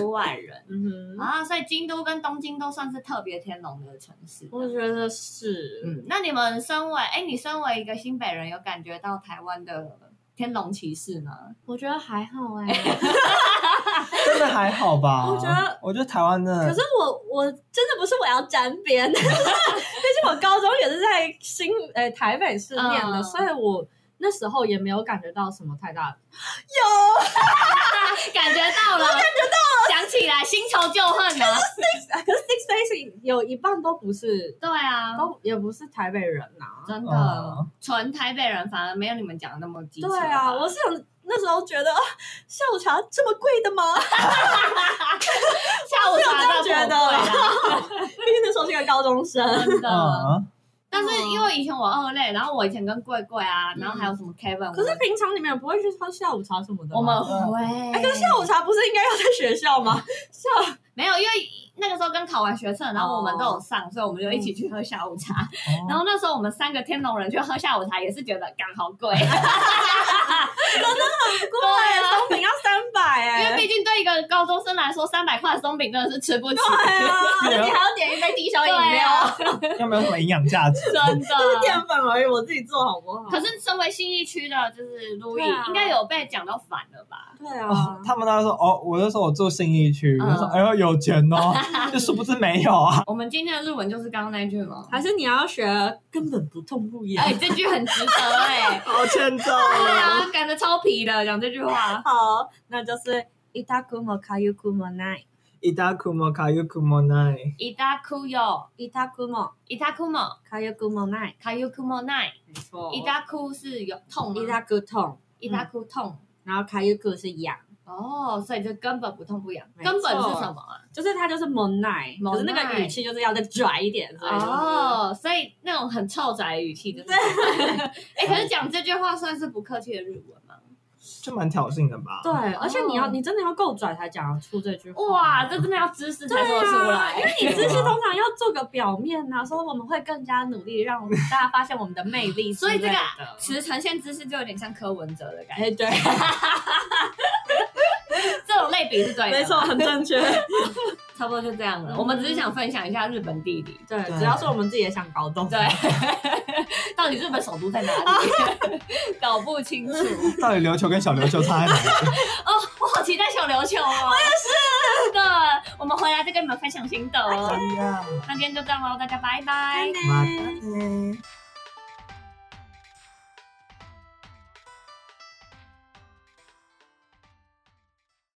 S3: 都外人
S4: 嗯哼，
S3: 啊，所以京都跟东京都算是特别天龙的城市。啊
S4: 我觉得是，
S3: 嗯，那你们身为哎、你身为一个新北人，有感觉到台湾的天龙骑 士吗？
S4: 我觉得还好 哎、
S2: 真的还好吧？
S4: 我觉得，
S2: 我觉得台湾真
S3: 嗯
S2: 的，
S4: 可是我我真的不是我要沾边， 毕竟我高中也是在新呃、台北市念的，
S3: 嗯
S4: 所以我那时候也没有感觉到什么太大的，
S3: 感觉到了，感觉到了，想起来新仇旧恨了。
S4: 啊可是 Six Days 有一半都不是，
S3: 对啊，
S4: 都也不是台北人啊呐、
S3: 真的
S2: 嗯，
S3: 纯台北人反而没有你们讲的那么机车吧。
S4: 对啊，我是有那时候觉得啊，下午茶这么贵的吗？
S3: 下午茶
S4: 我是有这样觉
S3: 得，
S4: 毕竟那时候是个高中生。
S3: 啊真的。
S2: 嗯，
S3: 但是
S4: 哦
S3: 因为以前我二类，然后我以前跟贵贵啊，然后还有什么 Kevin，
S4: 嗯可是平常你们也不会去喝下午茶什么的吗。哎
S3: 我们我们会
S4: 哎，可是下午茶不是应该要在学校吗？下
S3: 没有，因为那个时候刚考完学测，然
S4: 哦
S3: 后我们都有上，所以我们就一起去喝下午
S4: 嗯
S3: 茶。然
S2: 哦
S3: 后那时候我们三个天龙人去喝下午茶，也是觉得干好贵，
S4: 贵，松饼要三百
S3: 因为
S4: 哎，
S3: 毕竟对一个高中生来说，三百块的松饼真的是吃不 起。
S4: 对啊，
S2: 对啊
S1: 你还要点一杯低消饮
S3: 对
S1: 料，
S3: 啊，
S2: 又没有什么营养价 值。
S3: 真的。
S4: 淀粉而已，我自己做好不好？
S3: 可是身为信义区的，就是路易、
S4: 对啊
S3: 应该有被讲到烦了吧？
S4: 对啊
S2: 哦，，他们那时候哦，我就说我住信义区，
S3: 嗯哦
S2: 我就说哎呦有钱哦，就殊不知没有 啊。
S3: 我们今天的日文就是刚刚那句吗？
S4: 还是你要学根本不痛不痒
S3: 哎、。这句很值得哎、
S2: 好欠揍
S3: 对
S2: 哦！
S3: 啊，感觉超皮的，讲这句 话。
S4: 好，那就是伊达库莫卡尤库莫奈，
S2: 伊达库莫卡尤库莫奈，
S3: 伊达库哟，
S4: 伊达库莫
S3: 伊达库莫，
S4: 卡尤库莫奈，
S3: 卡尤库莫奈，
S4: 没错伊
S3: 伊
S4: 达
S3: 达库是有痛吗
S4: 伊达库痛，
S3: 伊达库痛。
S4: 然后卡尤库是痒，
S3: 哦，所以就根本不痛不痒，
S4: 没错
S3: 根本是什么啊？
S4: 就是它就是莫奈，
S3: 莫
S4: 可是
S3: 奈
S4: 那个语气就是要再拽一点，所以就是
S3: 哦，所以那种很臭宅的语气就是。 哎，可是讲这句话算是不客气的日文吗？
S2: 就蛮挑衅的吧？
S4: 对，而且你要
S3: 哦
S4: 你真的要够拽才讲得出这句话。
S3: 哇，这真的要知识才
S4: 对
S3: 说得出
S4: 啊，
S3: 来
S4: 因。为你只是通常要做个表面呐、说我们会更加努力，让我们大家发现我们的魅力之
S3: 所
S4: 类
S3: 以
S4: 的。
S3: 这个词呈现知识就有点像柯文哲的感觉，
S4: 哎，对，
S3: 这种类比是对的，
S4: 没错，，很正确。
S3: 差不多就这样了。
S4: 嗯
S3: 我们只是想分享一下日本地理，
S4: 对，
S2: 对
S4: 只要是我们自己也想搞懂。
S3: 对， 啊到底日本首都在哪里？ 搞不清 楚。
S2: 到底琉球跟小琉球差在哪里？
S3: 哦，我好期待小琉球哦！我也是。真的，我们回来再跟你们分享心得哦。
S2: 哎呀，
S3: 那今天就这样喽，大家拜拜。
S4: 拜拜
S2: 妈的！